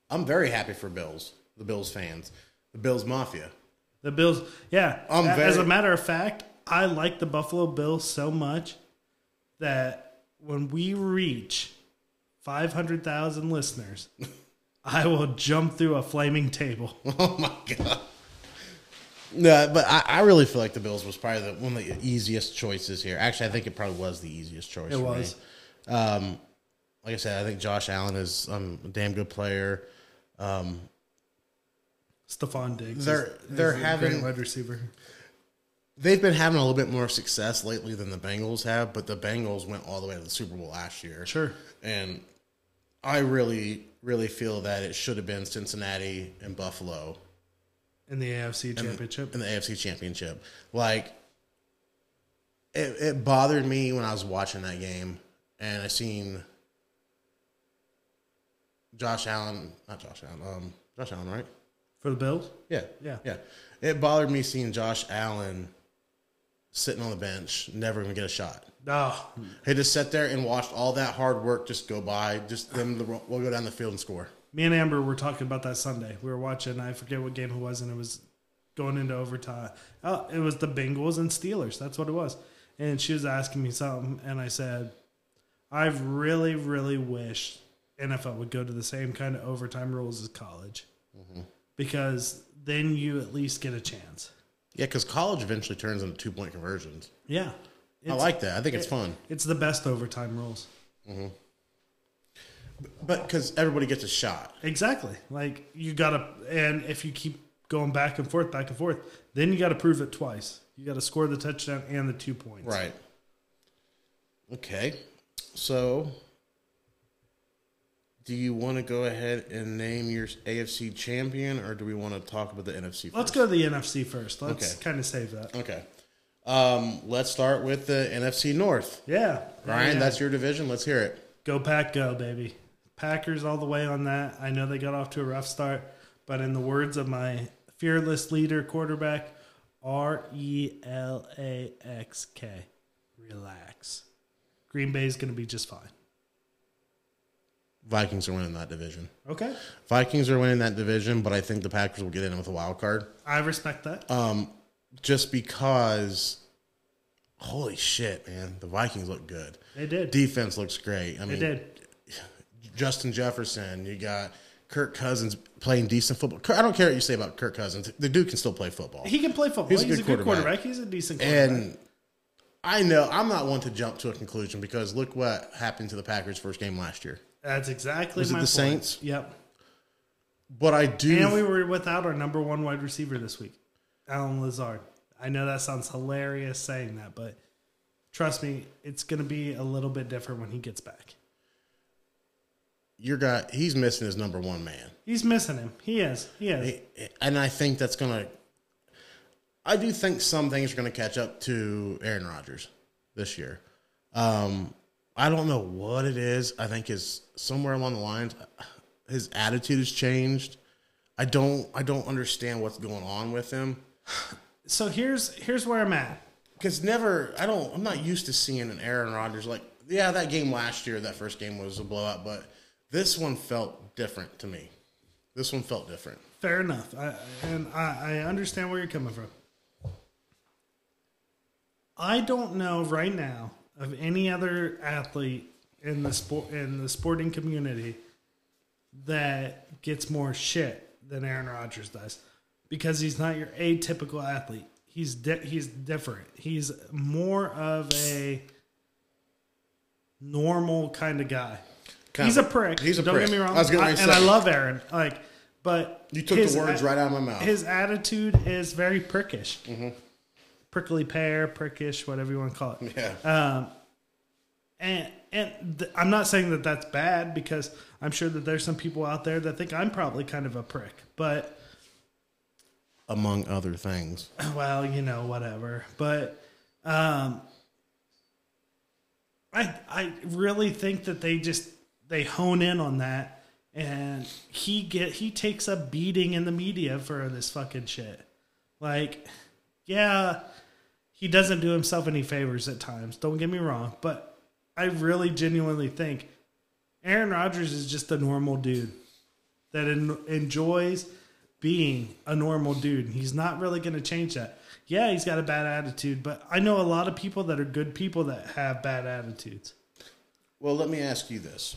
I'm very happy for Bills, the Bills fans, the Bills Mafia. [laughs] The Bills, yeah. I'm a- As a very- matter of fact, I like the Buffalo Bills so much that when we reach 500,000 [laughs] listeners, I will jump through a flaming table. Oh my god. No, but I, I really feel like the Bills was probably the one of the easiest choices here. Actually, I think it probably was the easiest choice. It for was. Me. Um, like I said, I think Josh Allen is um, a damn good player. Stephon Diggs. They're- they're a great having- wide receiver. They've been having a little bit more success lately than the Bengals have, but the Bengals went all the way to the Super Bowl last year. Sure. And I really, really feel that it should have been Cincinnati and Buffalo In the AFC Championship. in the AFC Championship. Like, it, it bothered me when I was watching that game, and I seen Josh Allen, not Josh Allen, um, Josh Allen, right? for the Bills? Yeah, Yeah. yeah. It bothered me seeing Josh Allen sitting on the bench, never even get a shot. No. He just sat there and watched all that hard work just go by. Just them, the, we'll go down the field and score. Me and Amber were talking about that Sunday. We were watching, I forget what game it was, and it was going into overtime. Oh, it was the Bengals and Steelers. That's what it was. And she was asking me something, and I said, I really, really wish NFL would go to the same kind of overtime rules as college because then you at least get a chance. Yeah, because college eventually turns into two point conversions. Yeah. It's, I like that. I think it's fun. it's the best overtime rules. But because everybody gets a shot. Exactly. Like you gotta, and if you keep going back and forth, back and forth, then you gotta prove it twice. You gotta score the touchdown and the two points. Right. Okay. So, do you want to go ahead and name your AFC champion, or do we want to talk about the NFC? 1st Let's go to the NFC first. Let's Okay. kind of save that. Okay. Um, let's start with the NFC North. Yeah. Ryan, Yeah. that's your division. Let's hear it. go pack go, baby. Packers all the way on that. I know they got off to a rough start, but in the words of my fearless leader quarterback, R E L A X K. Relax. Green Bay's gonna be just fine. Vikings are winning that division. Okay. Vikings are winning that division, but I think the Packers will get in with a wild card. I respect that. Um, just because, holy shit, man, the Vikings look good. they did. Defense looks great. I mean, They did. Justin Jefferson. You got Kirk Cousins playing decent football. Kirk- I don't care what you say about Kirk Cousins. The dude can still play football. He can play football. He's, a good, quarterback. He's a decent quarterback. And I know I'm not one to jump to a conclusion because look what happened to the Packers' first game last year. That's exactly Was it my the point. Saints? Yep. But I do. And we were without our number one wide receiver this week, Alan Lazard. I know that sounds hilarious saying that, but trust me, it's going to be a little bit different when he gets back. your guy, he's missing his number one man. He's missing him. He is. He is. And I think that's going to. I do think some things are going to catch up to Aaron Rodgers this year. Um, I don't know what it is. I think is somewhere along the lines, his attitude has changed. I don't. I don't understand what's going on with him. So here's here's where I'm at. Because never, I don't, I'm not used to seeing an Aaron Rodgers like, yeah, that game last year, that first game was a blowout, but this one felt different to me. This one felt different. Fair enough. I, and I, I understand where you're coming from. I don't know right now of any other athlete in the sport in the sporting community that gets more shit than Aaron Rodgers does because he's not your atypical athlete. He's di- he's different. He's more of a normal kind of guy. Kind he's of. a prick. He's a Don't prick. get me wrong. I was gonna I- say- and I love Aaron. Like, but You took his the words a- right out of my mouth. Mm-hmm. His attitude is very prickish, prickly pear, prickish, whatever you want to call it. yeah. And and th- I'm not saying that that's bad because I'm sure that there's some people out there that think I'm probably kind of a prick. But Among other things. [clears throat] well, you know, whatever. But um, I I really think that they just they hone in on that, and he get he takes a beating in the media for this fucking shit. Like, yeah, he doesn't do himself any favors at times. Don't get me wrong, but I really genuinely think Aaron Rodgers is just a normal dude that en- enjoys being a normal dude. and He's not really going to change that. Yeah, he's got a bad attitude, but I know a lot of people that are good people that have bad attitudes. Well, let me ask you this.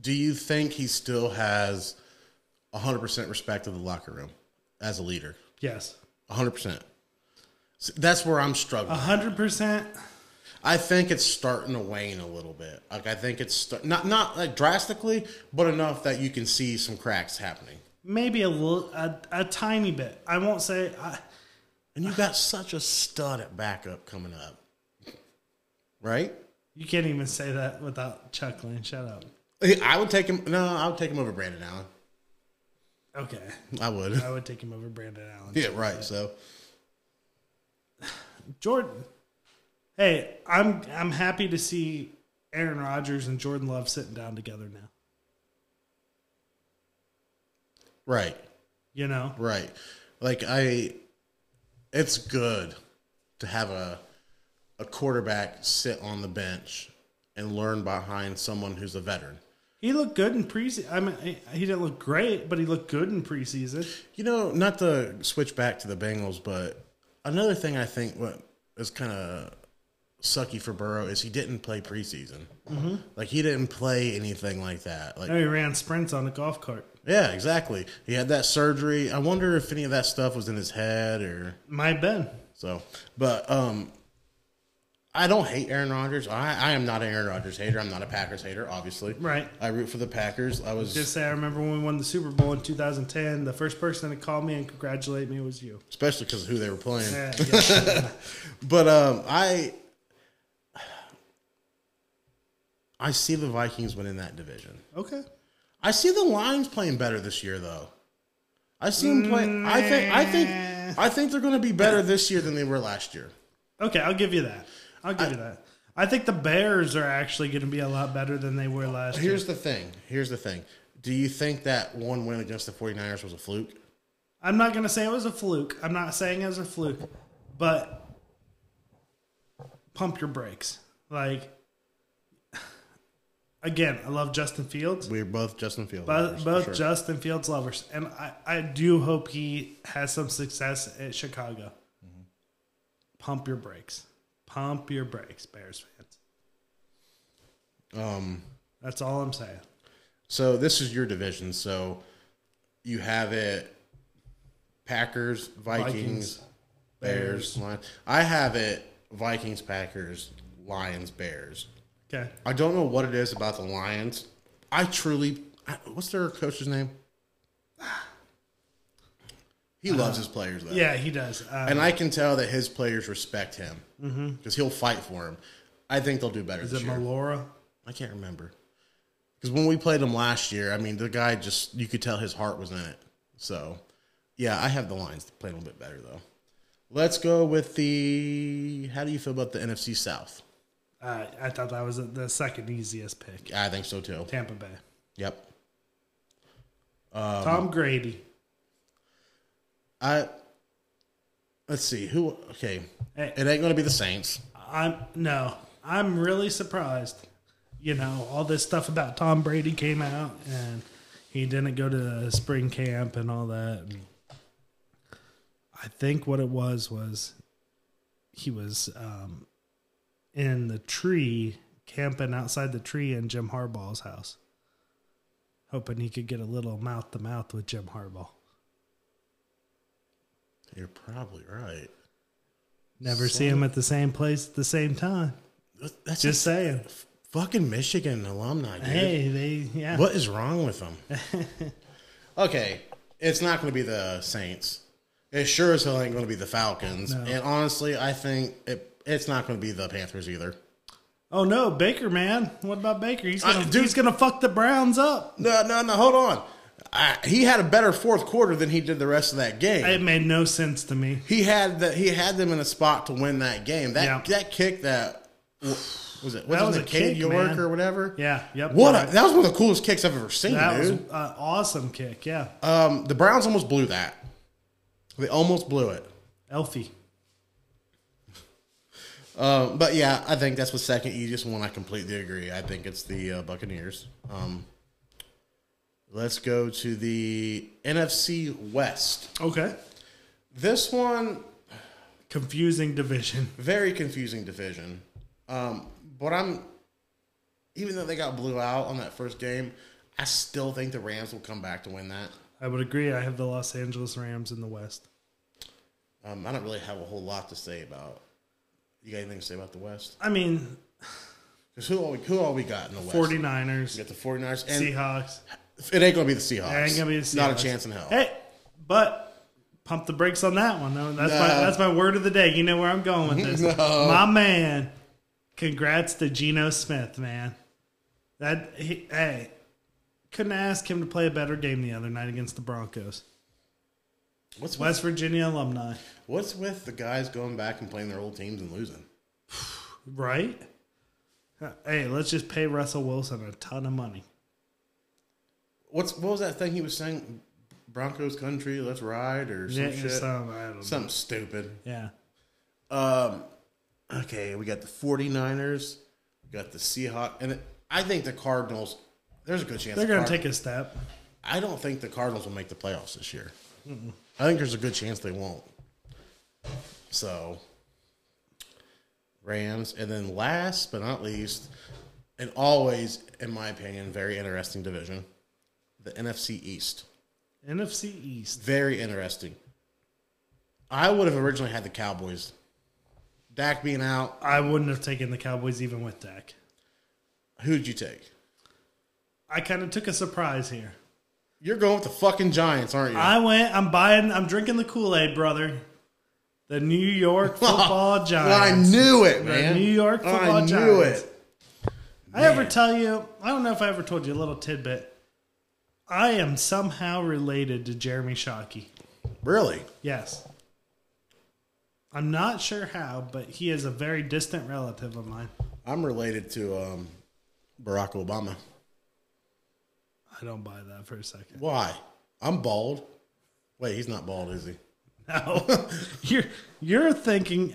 Do you think he still has 100% respect of the locker room as a leader? Yes. 100%. S- That's where I'm struggling. 100%. I think it's starting to wane a little bit. Like I think it's sta- not not like drastically, but enough that you can see some cracks happening. Maybe a little, a, a tiny bit. I won't say. I, And you got such a stud at backup coming up. Right? you can't even say that without chuckling. Shut up. I would take him no, I would take him over Brandon Allen. Okay, I would. [laughs] I would take him over Brandon Allen. Yeah, right. So Jordan. Hey, I'm I'm happy to see Aaron Rodgers and Jordan Love sitting down together now. right. You know, Right. Like I it's good to have a a quarterback sit on the bench and learn behind someone who's a veteran. he looked good in preseason. I mean, he- he didn't look great, but he looked good in preseason. You know, not to switch back to the Bengals, but another thing I think what is kind of sucky for Burrow is he didn't play preseason. Like he didn't play anything like that. Like No, he ran sprints on a golf cart. yeah, exactly. He had that surgery. I wonder if any of that stuff was in his head or My Ben. So, but um, I don't hate Aaron Rodgers. I, I am not an Aaron Rodgers hater. I'm not a Packers hater, obviously. Right. I root for the Packers. I was Just say, I remember when we won the Super Bowl in 2010. The first person to call me and congratulate me was you. especially because of who they were playing. Yeah, yeah. But um, I I see the Vikings winning that division. okay. I see the Lions playing better this year, though. I see them playing. I think. I Mm. think. I think they're going to be better this year than they were last year. Okay, I'll give you that. I'll give you that. I think the Bears are actually going to be a lot better than they were last year. Here's the thing. Here's the thing. Do you think that one win against the 49ers was a fluke? I'm not going to say it was a fluke. I'm not saying it was a fluke, but pump your brakes. Like, [sighs] again, I love Justin Fields, We're both Justin Fields. both, lovers, both for sure. Justin Fields lovers. And I, I do hope he has some success at Chicago. Mm-hmm. Pump your brakes. Pump your brakes, Bears fans. Um, That's all I'm saying. so this is your division. So you have it: Packers, Vikings, Vikings, Bears, Lions. I have it: Vikings, Packers, Lions, Bears. Okay. I don't know what it is about the Lions. I truly, I- what's their coach's name? [sighs] He loves his players, though. Yeah, he does. Uh, And I can tell that his players respect him because he'll fight for him. I think they'll do better. Mm-hmm. this is it year. Melora? I can't remember. Because when we played him last year, I mean, the guy just, you could tell his heart was in it. So, yeah, I have the Lions playing a little bit better, though. Let's go with the, how do you feel about the NFC South? Uh, I thought that was the second easiest pick. I think so, too. Tampa Bay. Yep. Um, Tom Grady. I, let's see, who, okay. Hey. It ain't going to be the Saints. I'm no. I'm really surprised. You know, all this stuff about Tom Brady came out and he didn't go to spring camp and all that. And I think what it was was he was um, in the tree camping outside the tree in Jim Harbaugh's house, hoping he could get a little mouth to mouth with Jim Harbaugh. You're probably right. Never see him at the same place at the same time. That- That's Just just saying. fucking Michigan alumni, dude. Hey, they yeah. What is wrong with them? [laughs] okay, it's not going to be the Saints. It sure as hell ain't going to be the Falcons. And honestly, I think it, it's not going to be the Panthers either. Oh no, Baker man! What about Baker? He's gonna, I- dude- he's gonna fuck the Browns up. No, no, no. Hold on. I, he had a better fourth quarter than he did the rest of that game. It made no sense to me. he had the, he had them in a spot to win that game. That Yeah. that kick that was it. that That was was a it Cade kick, York man. or whatever. Yeah, yep. What you're a, right. that was one of the coolest kicks I've ever seen, that was dude. an awesome kick. Yeah, um, the Browns almost blew that. They almost blew it. Elfie. Uh, but yeah, I think that's the second easiest one. I completely agree. I think it's the uh, Buccaneers. Um, let's go to the NFC West. Okay. This one Confusing division. very confusing division. Um, but I'm, even though they got blew out on that first game, I still think the Rams will come back to win that. I would agree. I have the Los Angeles Rams in the West. Um, I don't really have a whole lot to say about. You got anything to say about the West? I mean, Because who all we, who all we got in the West? 49ers, We got the 49ers. And Seahawks. it ain't going to be the Seahawks. It ain't gonna be the Seahawks. Not a chance in hell. Hey, but pump the brakes on that one. Though. That's my Nah. that's my word of the day. You know where I'm going with [laughs] this. No. My man, congrats to Geno Smith, man. That he, hey, couldn't ask him to play a better game the other night against the Broncos. What's with, West Virginia alumni, what's with the guys going back and playing their old teams and losing? right? Hey, let's just pay Russell Wilson a ton of money. What's what was that thing he was saying? Broncos country, let's ride or some Yeah, shit. some, I don't know. Something stupid. yeah. Um, okay, we got the 49ers, we got the Seahawks, and I think the Cardinals. There's a good chance They're going the to Card- take a step. I don't think the Cardinals will make the playoffs this year. I think there's a good chance they won't. So, Rams, and then last but not least, and always, in my opinion, very interesting division, the NFC East. NFC East. Very interesting. I would have originally had the Cowboys. Dak being out, I wouldn't have taken the Cowboys even with Dak. who'd you take? I kind of took a surprise here. You're going with the fucking Giants, aren't you? I went. I'm buying. I'm drinking the Kool Aid, brother. The [laughs] New York Football I Giants. knew it, man. New York I Football knew Giants. it. I ever tell you? I don't know if I ever told you a little tidbit. I am somehow related to Jeremy Shockey. Really? Yes. I'm not sure how, but he is a very distant relative of mine. I'm related to um, Barack Obama. I don't buy that for a second. [laughs] Why? I'm bald. Wait, he's not bald, is he? No, [laughs] you're you're thinking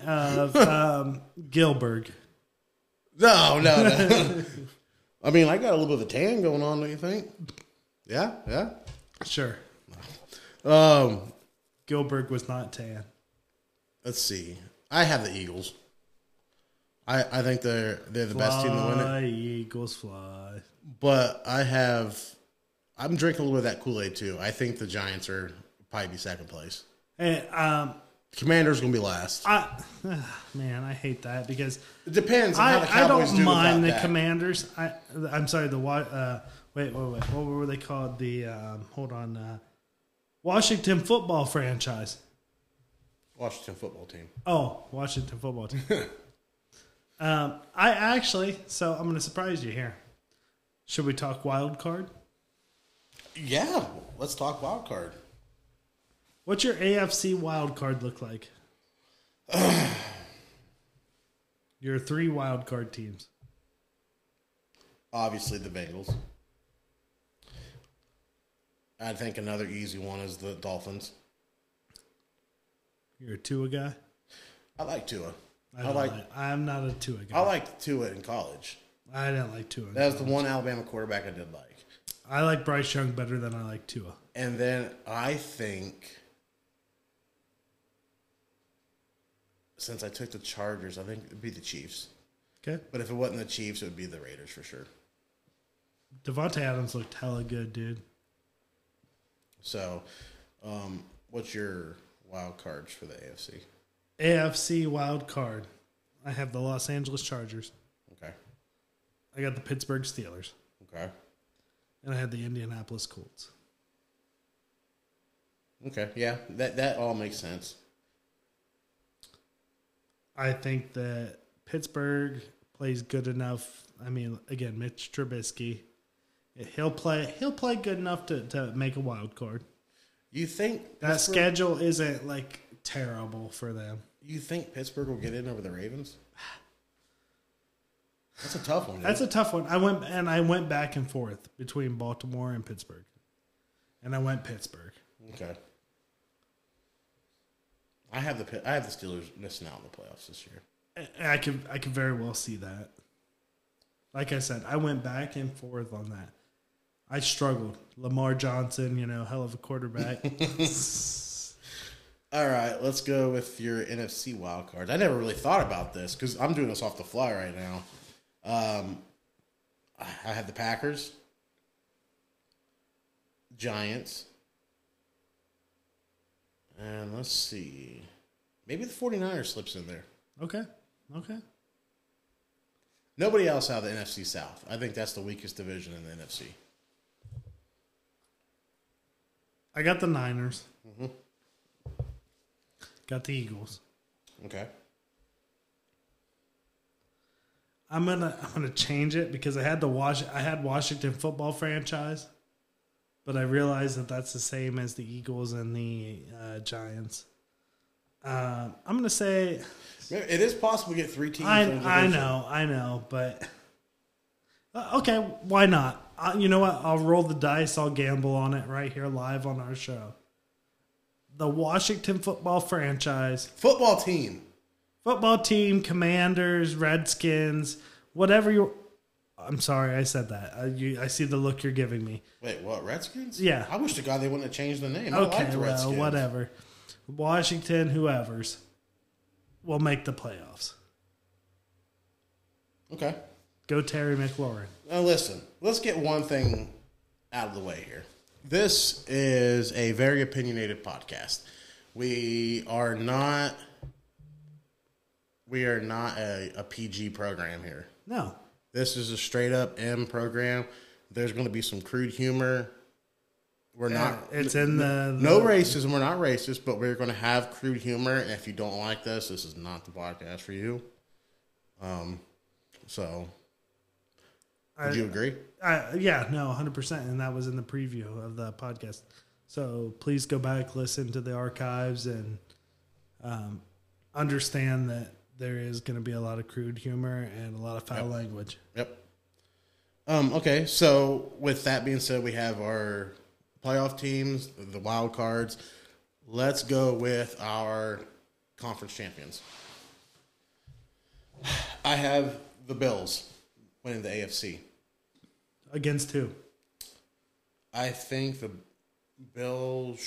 [laughs] of um, Gilbert. No, no, no. [laughs] I mean, I got a little bit of a tan going on, don't you think? Yeah, yeah. Sure, Um, Gilbert was not tan. let's see. I have the Eagles. I I think they're they're the best team to win it. Fly, Eagles fly. But I have I'm drinking a little of that Kool-Aid too. I think the Giants are probably be second place. And um, Commander's gonna be last. I ah, man, I hate that because It depends on how the I, I Cowboys don't do mind the about that. Commanders. I I'm sorry the Wa- uh wait wait wait what were they called the um, hold on uh, Washington football franchise. Washington football team. Oh, Washington [laughs] football team. um, I actually, so I'm going to surprise you here. Should we talk wild card? Yeah, let's talk wild card. What's your AFC wild card look like? [sighs] your three wild card teams. Obviously, the Bengals. I think another easy one is the Dolphins. You're a Tua guy. I like Tua. I, don't like I'm not a Tua guy. I liked Tua in college. I didn't like Tua. That was the one Alabama quarterback I did like. I like Bryce Young better than I like Tua. And then I think since I took the Chargers, I think it'd be the Chiefs. Okay. But if it wasn't the Chiefs, it would be the Raiders for sure. Devontae Adams looked hella good, dude. So, um, what's your wild cards for the AFC? AFC wild card. I have the Los Angeles Chargers. Okay. I got the Pittsburgh Steelers. Okay. and I had the Indianapolis Colts. Okay. Yeah. That that all makes sense. I think that Pittsburgh plays good enough. I mean, again, Mitch Trubisky, he'll play he'll play good enough to, to make a wild card. You think That Pittsburgh- schedule isn't like terrible for them. you think Pittsburgh will get in over the Ravens? That's a tough one. dude. That's a tough one. I went and I went back and forth between Baltimore and Pittsburgh, and I went Pittsburgh. okay. I have the Pit- I have the Steelers missing out on the playoffs this year. I- I can I can very well see that. Like I said, I went back and forth on that. I struggled. Lamar Johnson, you know, hell of a quarterback. All right, let's go with your NFC wild cards. I never really thought about this because I'm doing this off the fly right now. Um, I I have the Packers, Giants, and let's see. Maybe the 49ers slips in there. okay, okay. Nobody else out of the NFC South. I think that's the weakest division in the NFC. I got the Niners. Got the Eagles. Okay. I'm gonna I'm gonna change it because I had the Wash I had Washington football franchise, but I realized that that's the same as the Eagles and the uh, Giants. Uh, I'm gonna say It is possible to get three teams. I in the I division. know I know, but Uh, okay, why not? I, you know what? I'll roll the dice. I'll gamble on it right here live on our show. The Washington football franchise Football team. football team, Commanders, Redskins, whatever you. I'm sorry, I said that. I, you, I see the look you're giving me. Wait, what? Redskins? Yeah. I wish to God they wouldn't have changed the name. Oh, I like Okay, the well, Redskins. whatever. Washington, whoever's, will make the playoffs. Okay. Go Terry McLaurin. Now listen, let's get one thing out of the way here. This is a very opinionated podcast. We are not we are not a, a PG program here. No, This is a straight up M program. There's going to be some crude humor. We're not it's in the, no racism. We're not racist, but we're going to have crude humor. And if you don't like this, this is not the podcast for you. Um, so I- would you agree? I, yeah, no, 100%. And that was in the preview of the podcast. So please go back, listen to the archives, and um, understand that there is going to be a lot of crude humor and a lot of foul language. Yep. Um, okay, so with that being said, we have our playoff teams, the wild cards. Let's go with our conference champions. [sighs] I have the Bills winning the AFC. Against who? I think the Bills.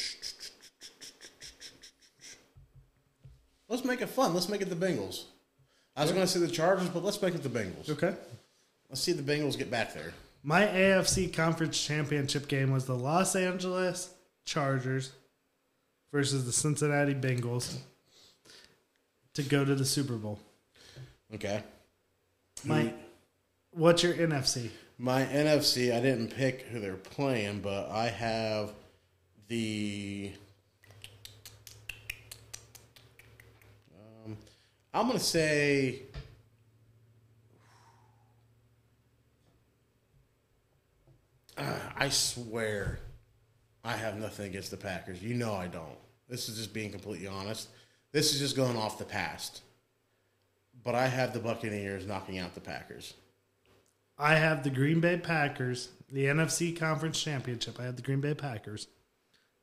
Let's make it fun. Let's make it the Bengals. I was going to say the Chargers, but let's make it the Bengals. Okay. Let's see the Bengals get back there. My AFC Conference Championship game was the Los Angeles Chargers versus the Cincinnati Bengals to go to the Super Bowl. Okay. My, what's your NFC? My NFC, I didn't pick who they're playing, but I have the. Um, I'm going to say. [sighs] Ah, I swear I have nothing against the Packers. You know I don't. This is just being completely honest. This is just going off the past. But I have the Buccaneers knocking out the Packers. I have the Green Bay Packers, the NFC Conference Championship. I have the Green Bay Packers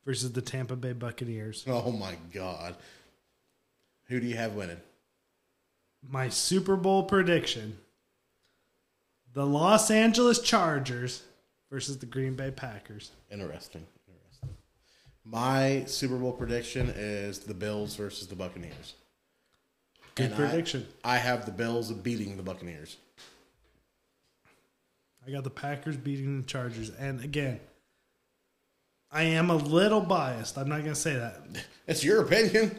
versus the Tampa Bay Buccaneers. [laughs] Oh my god. Who do you have winning? My Super Bowl prediction the Los Angeles Chargers versus the Green Bay Packers. Interesting. Interesting. My Super Bowl prediction is the Bills versus the Buccaneers. Good And I- prediction. I, have the Bills beating the Buccaneers. I got the Packers beating the Chargers. And again, I am a little biased. I'm not going to say that. It's your opinion.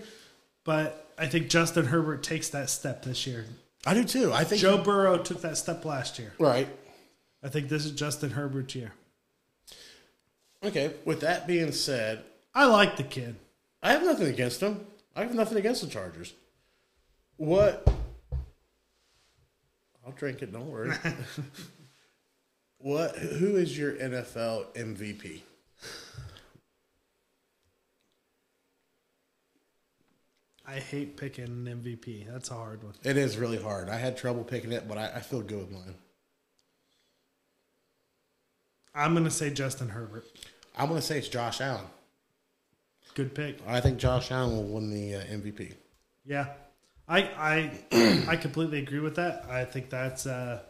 But I think Justin Herbert takes that step this year. I do too. I think Joe Burrow took that step last year. right. I think this is Justin Herbert's year. Okay. With that being said, I like the kid. I have nothing against them. I have nothing against the Chargers. What? I'll drink it. Don't [laughs] worry. what? Who is your NFL MVP? I hate picking an MVP. That's a hard one. It is really hard. I had trouble picking it, but I, I feel good with mine. I'm going to say Justin Herbert. I'm going to say it's Josh Allen. Good pick. I think Josh Allen will win the uh, MVP. Yeah. I I I completely agree with that. I think that's uh,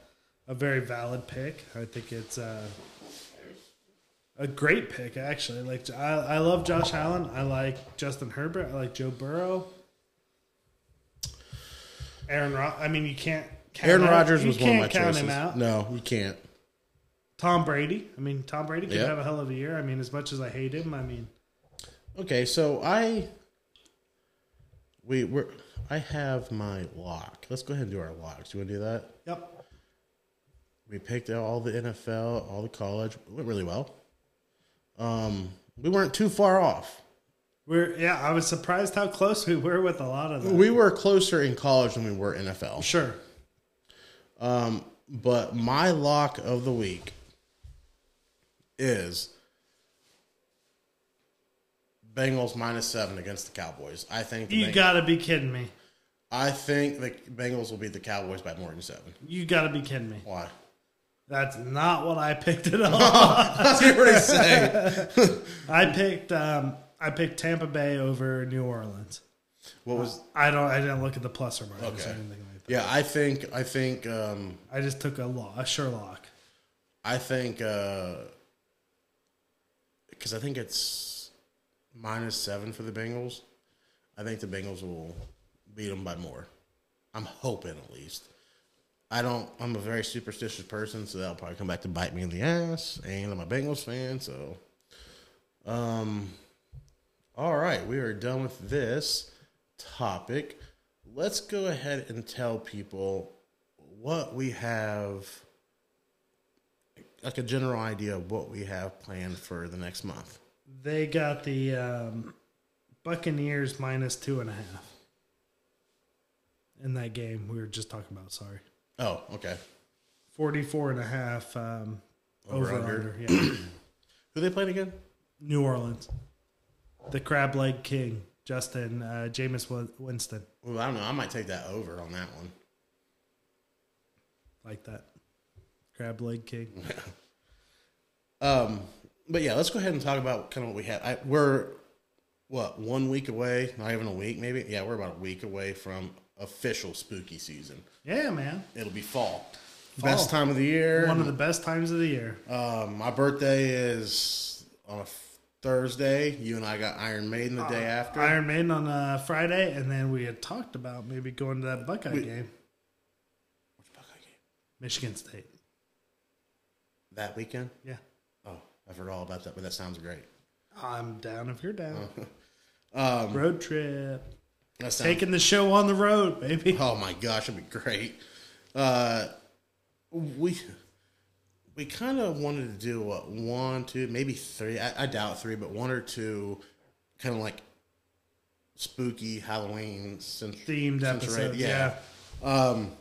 a very valid pick. I think it's uh, a great pick actually. Like I, I love Josh Allen. I like Justin Herbert. I like Joe Burrow. Aaron Rod. I mean, you can't. Count Aaron out- Rodgers you was one of can't my count choices. Him out. No, you can't. Tom Brady. I mean, Tom Brady could Yeah. have a hell of a year. I mean, as much as I hate him, I mean, Okay, so I we we're I have my lock. Let's go ahead and do our locks. You want to do that? yep. We picked out all the NFL, all the college. It went really well. Um, we weren't too far off. We're yeah. I was surprised how close we were with a lot of them. We were closer in college than we were NFL. sure. But my lock of the week is Bengals minus seven against the Cowboys. I think the You Bengals- gotta be kidding me. I think the Bengals will beat the Cowboys by more than seven. You gotta be kidding me. Why? [laughs] That's not what I [laughs] picked at all. That's what I say. I picked um, I picked Tampa Bay over New Orleans. What was? I don't. I didn't look at the plus or minus Okay. or anything like that. Yeah, I think I think um, I just took a law, a Sherlock. I think because I think it's minus seven for the Bengals. I think the Bengals will beat them by more. I'm hoping at least. I don't. I'm a very superstitious person, so that'll probably come back to bite me in the ass. And I'm a Bengals fan, so. Um. All right, we are done with this topic. Let's go ahead and tell people what we have like a general idea of what we have planned for the next month. They got the um, Buccaneers minus two and a half in that game we were just talking about. Sorry, Oh, okay. 44 and a half um, over, Over, under. under. Yeah. [clears throat] Who they playing again? New Orleans, the crab leg king, Justin uh, Jameis Win- Winston, Well, I don't know. I might take that over on that one. like that. Crab leg king. [laughs] Um, but yeah, let's go ahead and talk about kind of what we had. I, we're what one week away? Not even a week, maybe. Yeah, we're about a week away from official spooky season. Yeah, man. It'll be fall, Fall. best time of the year. One of the best times of the year. Um, my birthday is on a Thursday. You and I got Iron Maiden the Uh, day after. Iron Maiden on uh, Friday, and then we had talked about maybe going to that Buckeye game, Michigan State. that weekend. Yeah, Oh, I forgot all about that, but that sounds great. I'm down if you're down. [laughs] Um, Road trip, that sounds taking the show on the [laughs] road, baby. Oh my gosh, it'd be great. Uh, we we kind of wanted to do what one, two, maybe three. I, I doubt three, but one or two, kind of like spooky Halloween cent- Themed centra- episode, Um,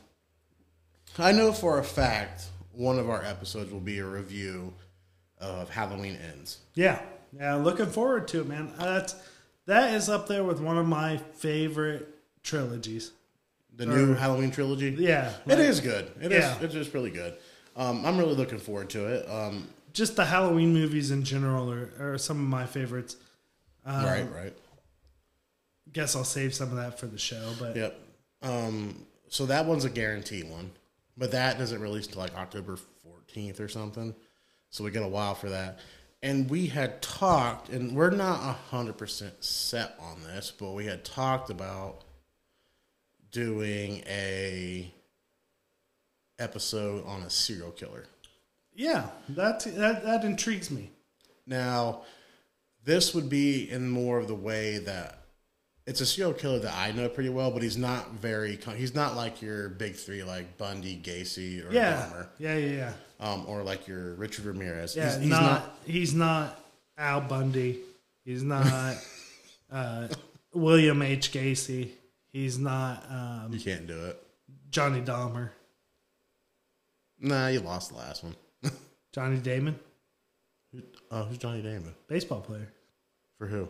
I know for a fact one of our episodes will be a review of Halloween ends. Yeah, yeah. Looking forward to it, man. Uh, That's that is up there with one of my favorite trilogies. The new Halloween trilogy. Yeah, It is good. It is. Yeah. It's just really good. Um, I'm really looking forward to it. Um, just the Halloween movies in general are, are some of my favorites. right, right. Guess I'll save some of that for the show, but Yep. Um, so that one's a guarantee one, but that doesn't release till like October 14th or something. So we got a while for that. And we had talked, and we're not 100% set on this, but we had talked about doing a episode on a serial killer. yeah, that's that that intrigues me. Now, this would be in more of the way that it's a serial killer that I know pretty well, but he's not very. Con- he's not like your big three, like Bundy, Gacy, or Yeah, Dahmer, yeah, yeah, yeah. um, or like your Richard Ramirez. Yeah, he's, he's not, not. he's not Al Bundy. He's not [laughs] uh, William H. Gacy. He's not um, You can't do it. Johnny Dahmer. Nah, you lost the last one. Johnny Damon, Uh, who's Johnny Damon? baseball player. For who?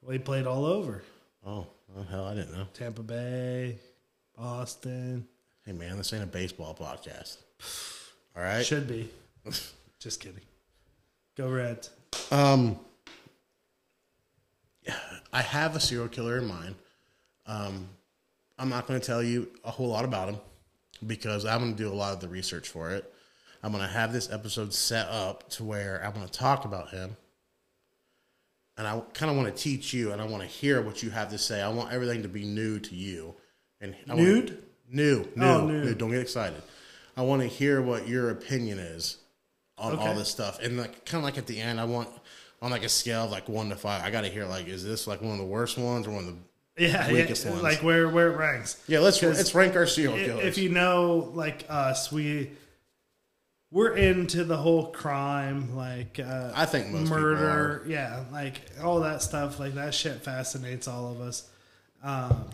Well, he played all over Oh, oh, hell, I didn't know. Tampa Bay, Boston. Hey, man, this ain't a baseball podcast. All right. [laughs] Should be. Just kidding. Go Reds. Um, I have a serial killer in mind. Um, I'm not going to tell you a whole lot about them because I'm going to do a lot of the research for it. I'm going to have this episode set up to where I'm going to talk about him. And I kind of want to teach you and I want to hear what you have to say. I want everything to be new to you. And I wanna- Nude? new, new, Oh, new. new. Don't get excited. I want to hear what your opinion is on all Okay. this stuff. And like kind of like at the end, I want on like a scale of like one to five. I got to hear like, is this like one of the worst ones or one of the Yeah, Weakest yeah ones. like where where it ranks. yeah? Let's let's rank our serial I- killers. If you know, like us, we we're into the whole crime, like uh, I think most people are. murder, yeah, like all that stuff. Like that shit fascinates all of us. Um,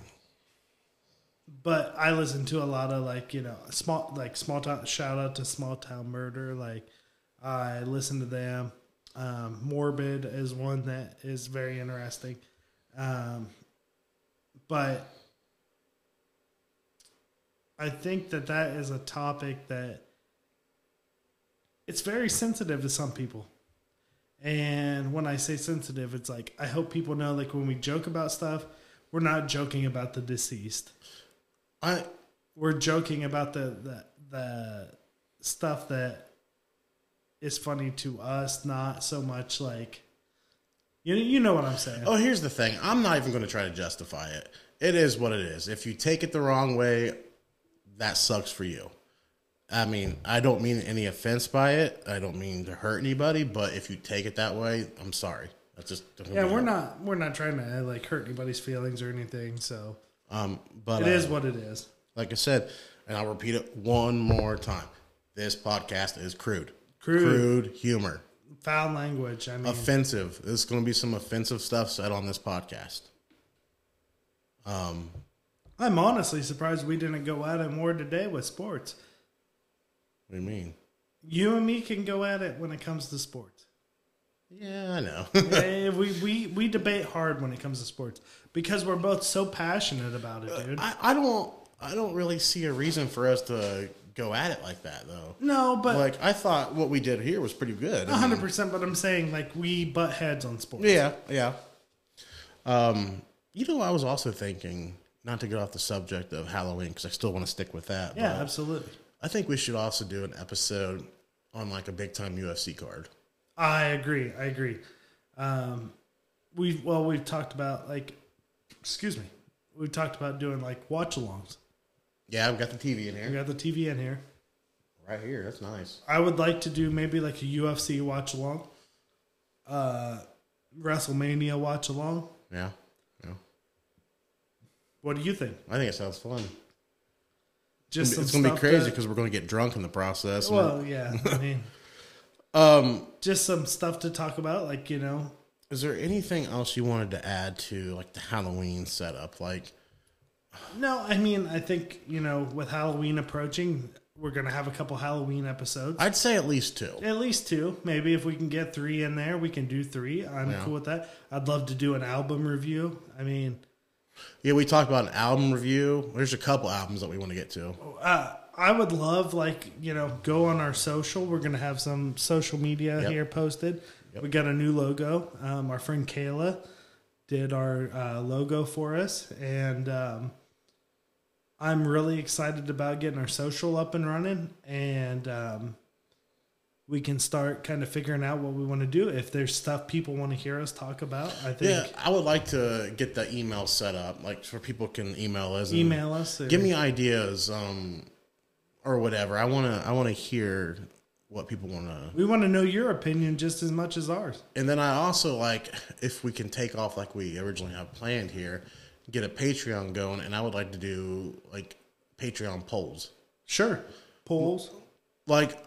but I listen to a lot of like you know small like small town. Shout out to small town murder. Like I listen to them. Um, Morbid is one that is very interesting. Um, but I think that that is a topic that it's very sensitive to some people. And when I say sensitive, it's like I hope people know like when we joke about stuff, we're not joking about the deceased. I We're joking about the the, the stuff that is funny to us, not so much like you you know what I'm saying. oh, here's the thing. I'm not even going to try to justify it. It is what it is. If you take it the wrong way, that sucks for you. I mean, I don't mean any offense by it. I don't mean to hurt anybody, but if you take it that way, I'm sorry. That's just yeah, we're not we're not trying to like hurt anybody's feelings or anything. So Um, but it uh, is what it is. like I said, and I'll repeat it one more time. This podcast is crude, Crude. crude humor, Foul language. I mean, offensive. There's going to be some offensive stuff said on this podcast. I'm honestly surprised we didn't go out and more today with sports. What do you mean? You and me can go at it when it comes to sports. Yeah, I know. Eh, we, we, we debate hard when it comes to sports because we're both so passionate about it, [laughs] dude. Uh, I, I don't. I don't really see a reason for us to go at it like that, though. No, but Like I thought, what we did here was pretty good. I mean, 100%, but I'm saying like we butt heads on sports. Yeah, yeah. Um, you know, I was also thinking not to get off the subject of Halloween because I still want to stick with that. Yeah, but- absolutely. I think we should also do an episode on like a big time UFC card. I agree. I agree. Um, we've, well, we've talked about like, excuse me, we've talked about doing like watch alongs. Yeah, I've got the TV in We here. got the TV in here. Right here. That's nice. I would like to do maybe like a UFC watch along, uh, WrestleMania watch along. Yeah. Yeah. What do you think? I think it sounds fun. Just It's some going to be stuff crazy to- because we're going to get drunk in the process. and- well, yeah, I mean, um, just some stuff to talk about, like you know, is there anything else you wanted to add to like the Halloween setup? Like, No, I mean, I think you know, with Halloween approaching, we're gonna have a couple Halloween episodes, I'd say at least two. at least two. Maybe if we can get three in there, we can do three. I'm Yeah. cool with that. I'd love to do an album review. I mean, Yeah, we talked about an album review. There's a couple albums that we want to get to. uh, I would love like you know go on our social. We're gonna have some social media Yep. here posted. We got a new logo. Um, our friend Kayla did our uh, logo for us, and um, I'm really excited about getting our social up and running. And um, we can start kind of figuring out what we want to do. If there's stuff people want to hear us talk about, I think Yeah, I would like to get that email set up, like so people can email us. and- email us. or- give me ideas um or whatever i want to i want to hear what people want to We want to know your opinion just as much as ours. and then i also like if we can take off like we originally have planned here get a patreon going and i would like to do like patreon polls Sure. Polls. like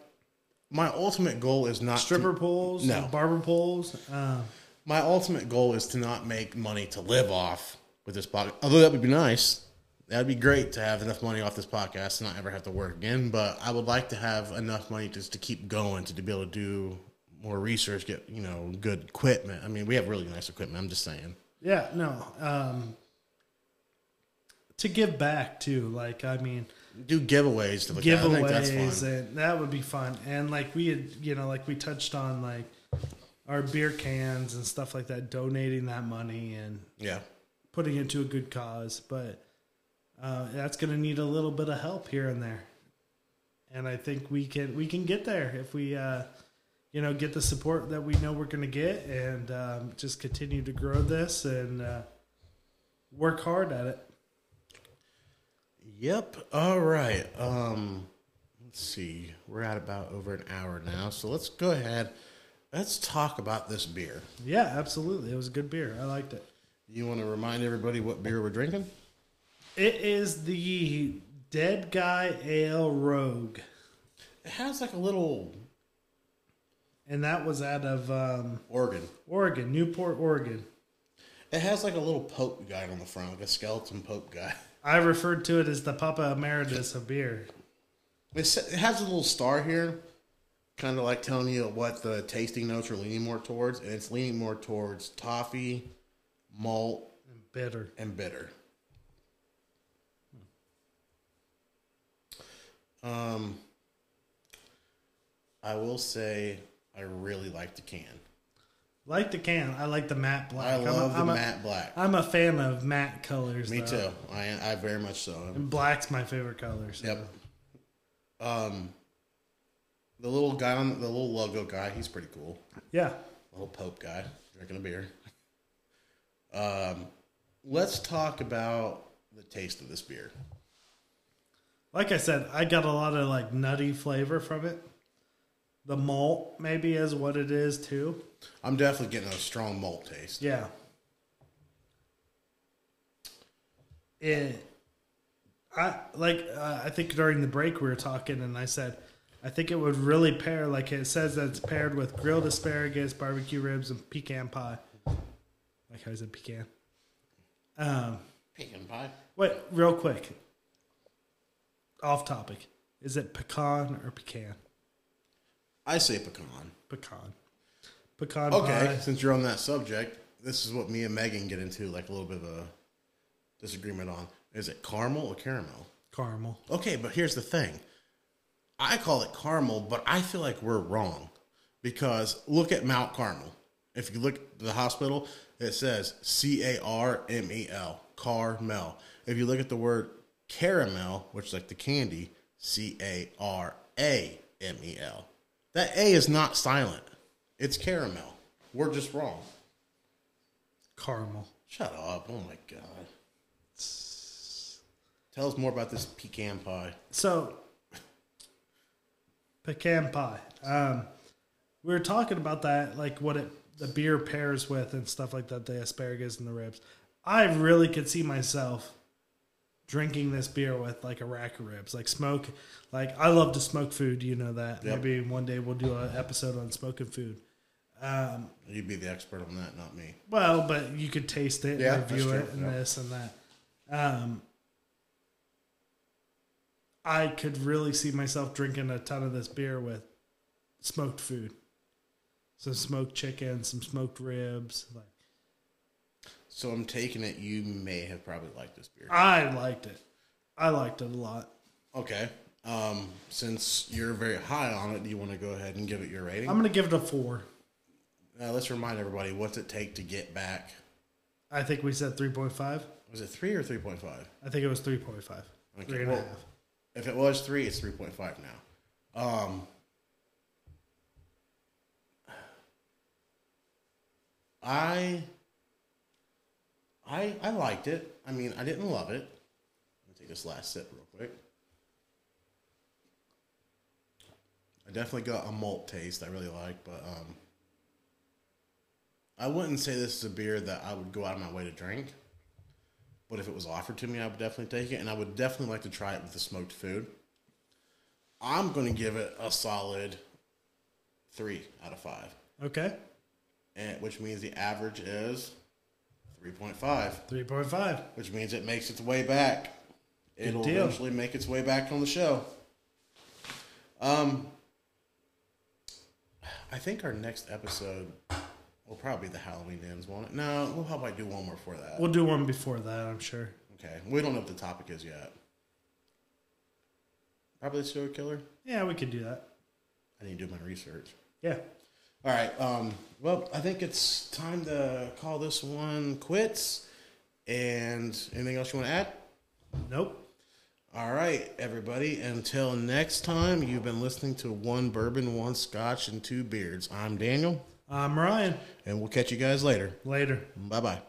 my ultimate goal is not to- stripper poles, No. barber poles. Uh, my ultimate goal is to not make money to live off with this podcast although that would be nice that'd be great to have enough money off this podcast and not ever have to work again but i would like to have enough money just to keep going to, to be able to do more research get you know good equipment i mean we have really nice equipment i'm just saying yeah, no. Um, to give back too, like I mean, do giveaways to the i think that's giveaways fun and that would be fun. And like we had, you know, like we touched on like our beer cans and stuff like that, donating that money and yeah putting it to a good cause. But uh, that's going to need a little bit of help here and there. And I think we can we can get there if we uh, you know get the support that we know we're going to get and um, just continue to grow this and uh, work hard at it. Yep. All right. Um, let's see. We're at about over an hour now, so let's go ahead. Let's talk about this beer. Yeah, absolutely. It was a good beer. I liked it. You want to remind everybody what beer we're drinking? It is the Dead Guy Ale Rogue, It has like a little and that was out of um, organ. Oregon, Newport, Oregon. It has like a little Pope guy on the front, like a skeleton Pope guy. [laughs] I referred to it as the Papa Emeritus of beer. It's, it has a little star here, kind of like telling you what the tasting notes are leaning more towards, and it's leaning more towards toffee, malt, Bitter. and bitter. Um, I will say I really like the can. Like the can. I like the matte black. I I'm love a, I'm the a- matte black. I'm a fan of matte colors. Me though. too. I I very much so. am. And black's my favorite color. so- Yep. Um, the little guy on the little logo guy, he's pretty cool. Yeah. Little Pope guy drinking a beer. Um, let's talk about the taste of this beer. Like I said, I got a lot of like nutty flavor from it. The malt maybe is what it is too. I'm definitely getting a strong malt taste. Yeah. It, I like. Uh, I think during the break we were talking, and I said, I think it would really pair. Like it says that it's paired with grilled asparagus, barbecue ribs, and pecan pie. Like how is it pecan? Um, Pecan pie. wait, real quick. Off topic. Is it pecan or pecan? I say pecan. Pecan. Pecan Okay, pie. since you're on that subject, this is what me and Megan get into like a little bit of a disagreement on. Is it caramel or caramel? Caramel. Okay, but here's the thing. I call it caramel, but I feel like we're wrong because look at Mount Carmel. If you look at the hospital, it says C A R M E L, Carmel. If you look at the word caramel, which is like the candy, C A R A M E L, that A is not silent. It's caramel. We're just wrong. Caramel. Shut up. Oh my God. Tell us more about this pecan pie. So, pecan pie. Um, we were talking about that, like what it the beer pairs with and stuff like that, the asparagus and the ribs. I really could see myself drinking this beer with like a rack of ribs, like smoke. Like I love to smoke food, you know that. Yep. Maybe one day we'll do an episode on smoking food. You'd be the expert on that, not me. Well, but you could taste it, Yeah, and review that's it, true, and yeah. this and that. Um, I could really see myself drinking a ton of this beer with smoked food, some smoked chicken, some smoked ribs. Like So I'm taking it you may have probably liked this beer. I liked it, I liked it a lot. Okay. Um, since you're very high on it, do you want to go ahead and give it your rating? I'm gonna give it a four. Uh, let's remind everybody what's it take to get back? I think we said three point five. Was it three or three point five? I think it was three point five. Okay, Three and a well- half. If it was three, it's three point five now. Um, I, I, I liked it. I mean, I didn't love it. Let me take this last sip real quick. I definitely got a malt taste I really like, but um, I wouldn't say this is a beer that I would go out of my way to drink. But if it was offered to me, I would definitely take it, and I would definitely like to try it with the smoked food. I'm going to give it a solid three out of five, Okay, and, which means the average is 3.5, three point five. which means it makes its way back. It'll deal. eventually make its way back on the show. Um, I think our next episode will probably be the Halloween ends, won't it? No, we'll probably do one more for that. We'll do one before that, I'm sure. Okay, we don't know what the topic is yet. Probably the serial killer. Yeah, we could do that. I need to do my research. Yeah. All right. Um, well, I think it's time to call this one quits. And anything else you want to add? Nope. All right, everybody. Until next time, you've been listening to One Bourbon, One Scotch, and Two Beards. I'm Daniel, I'm Ryan. and we'll catch you guys later. Later. Bye bye.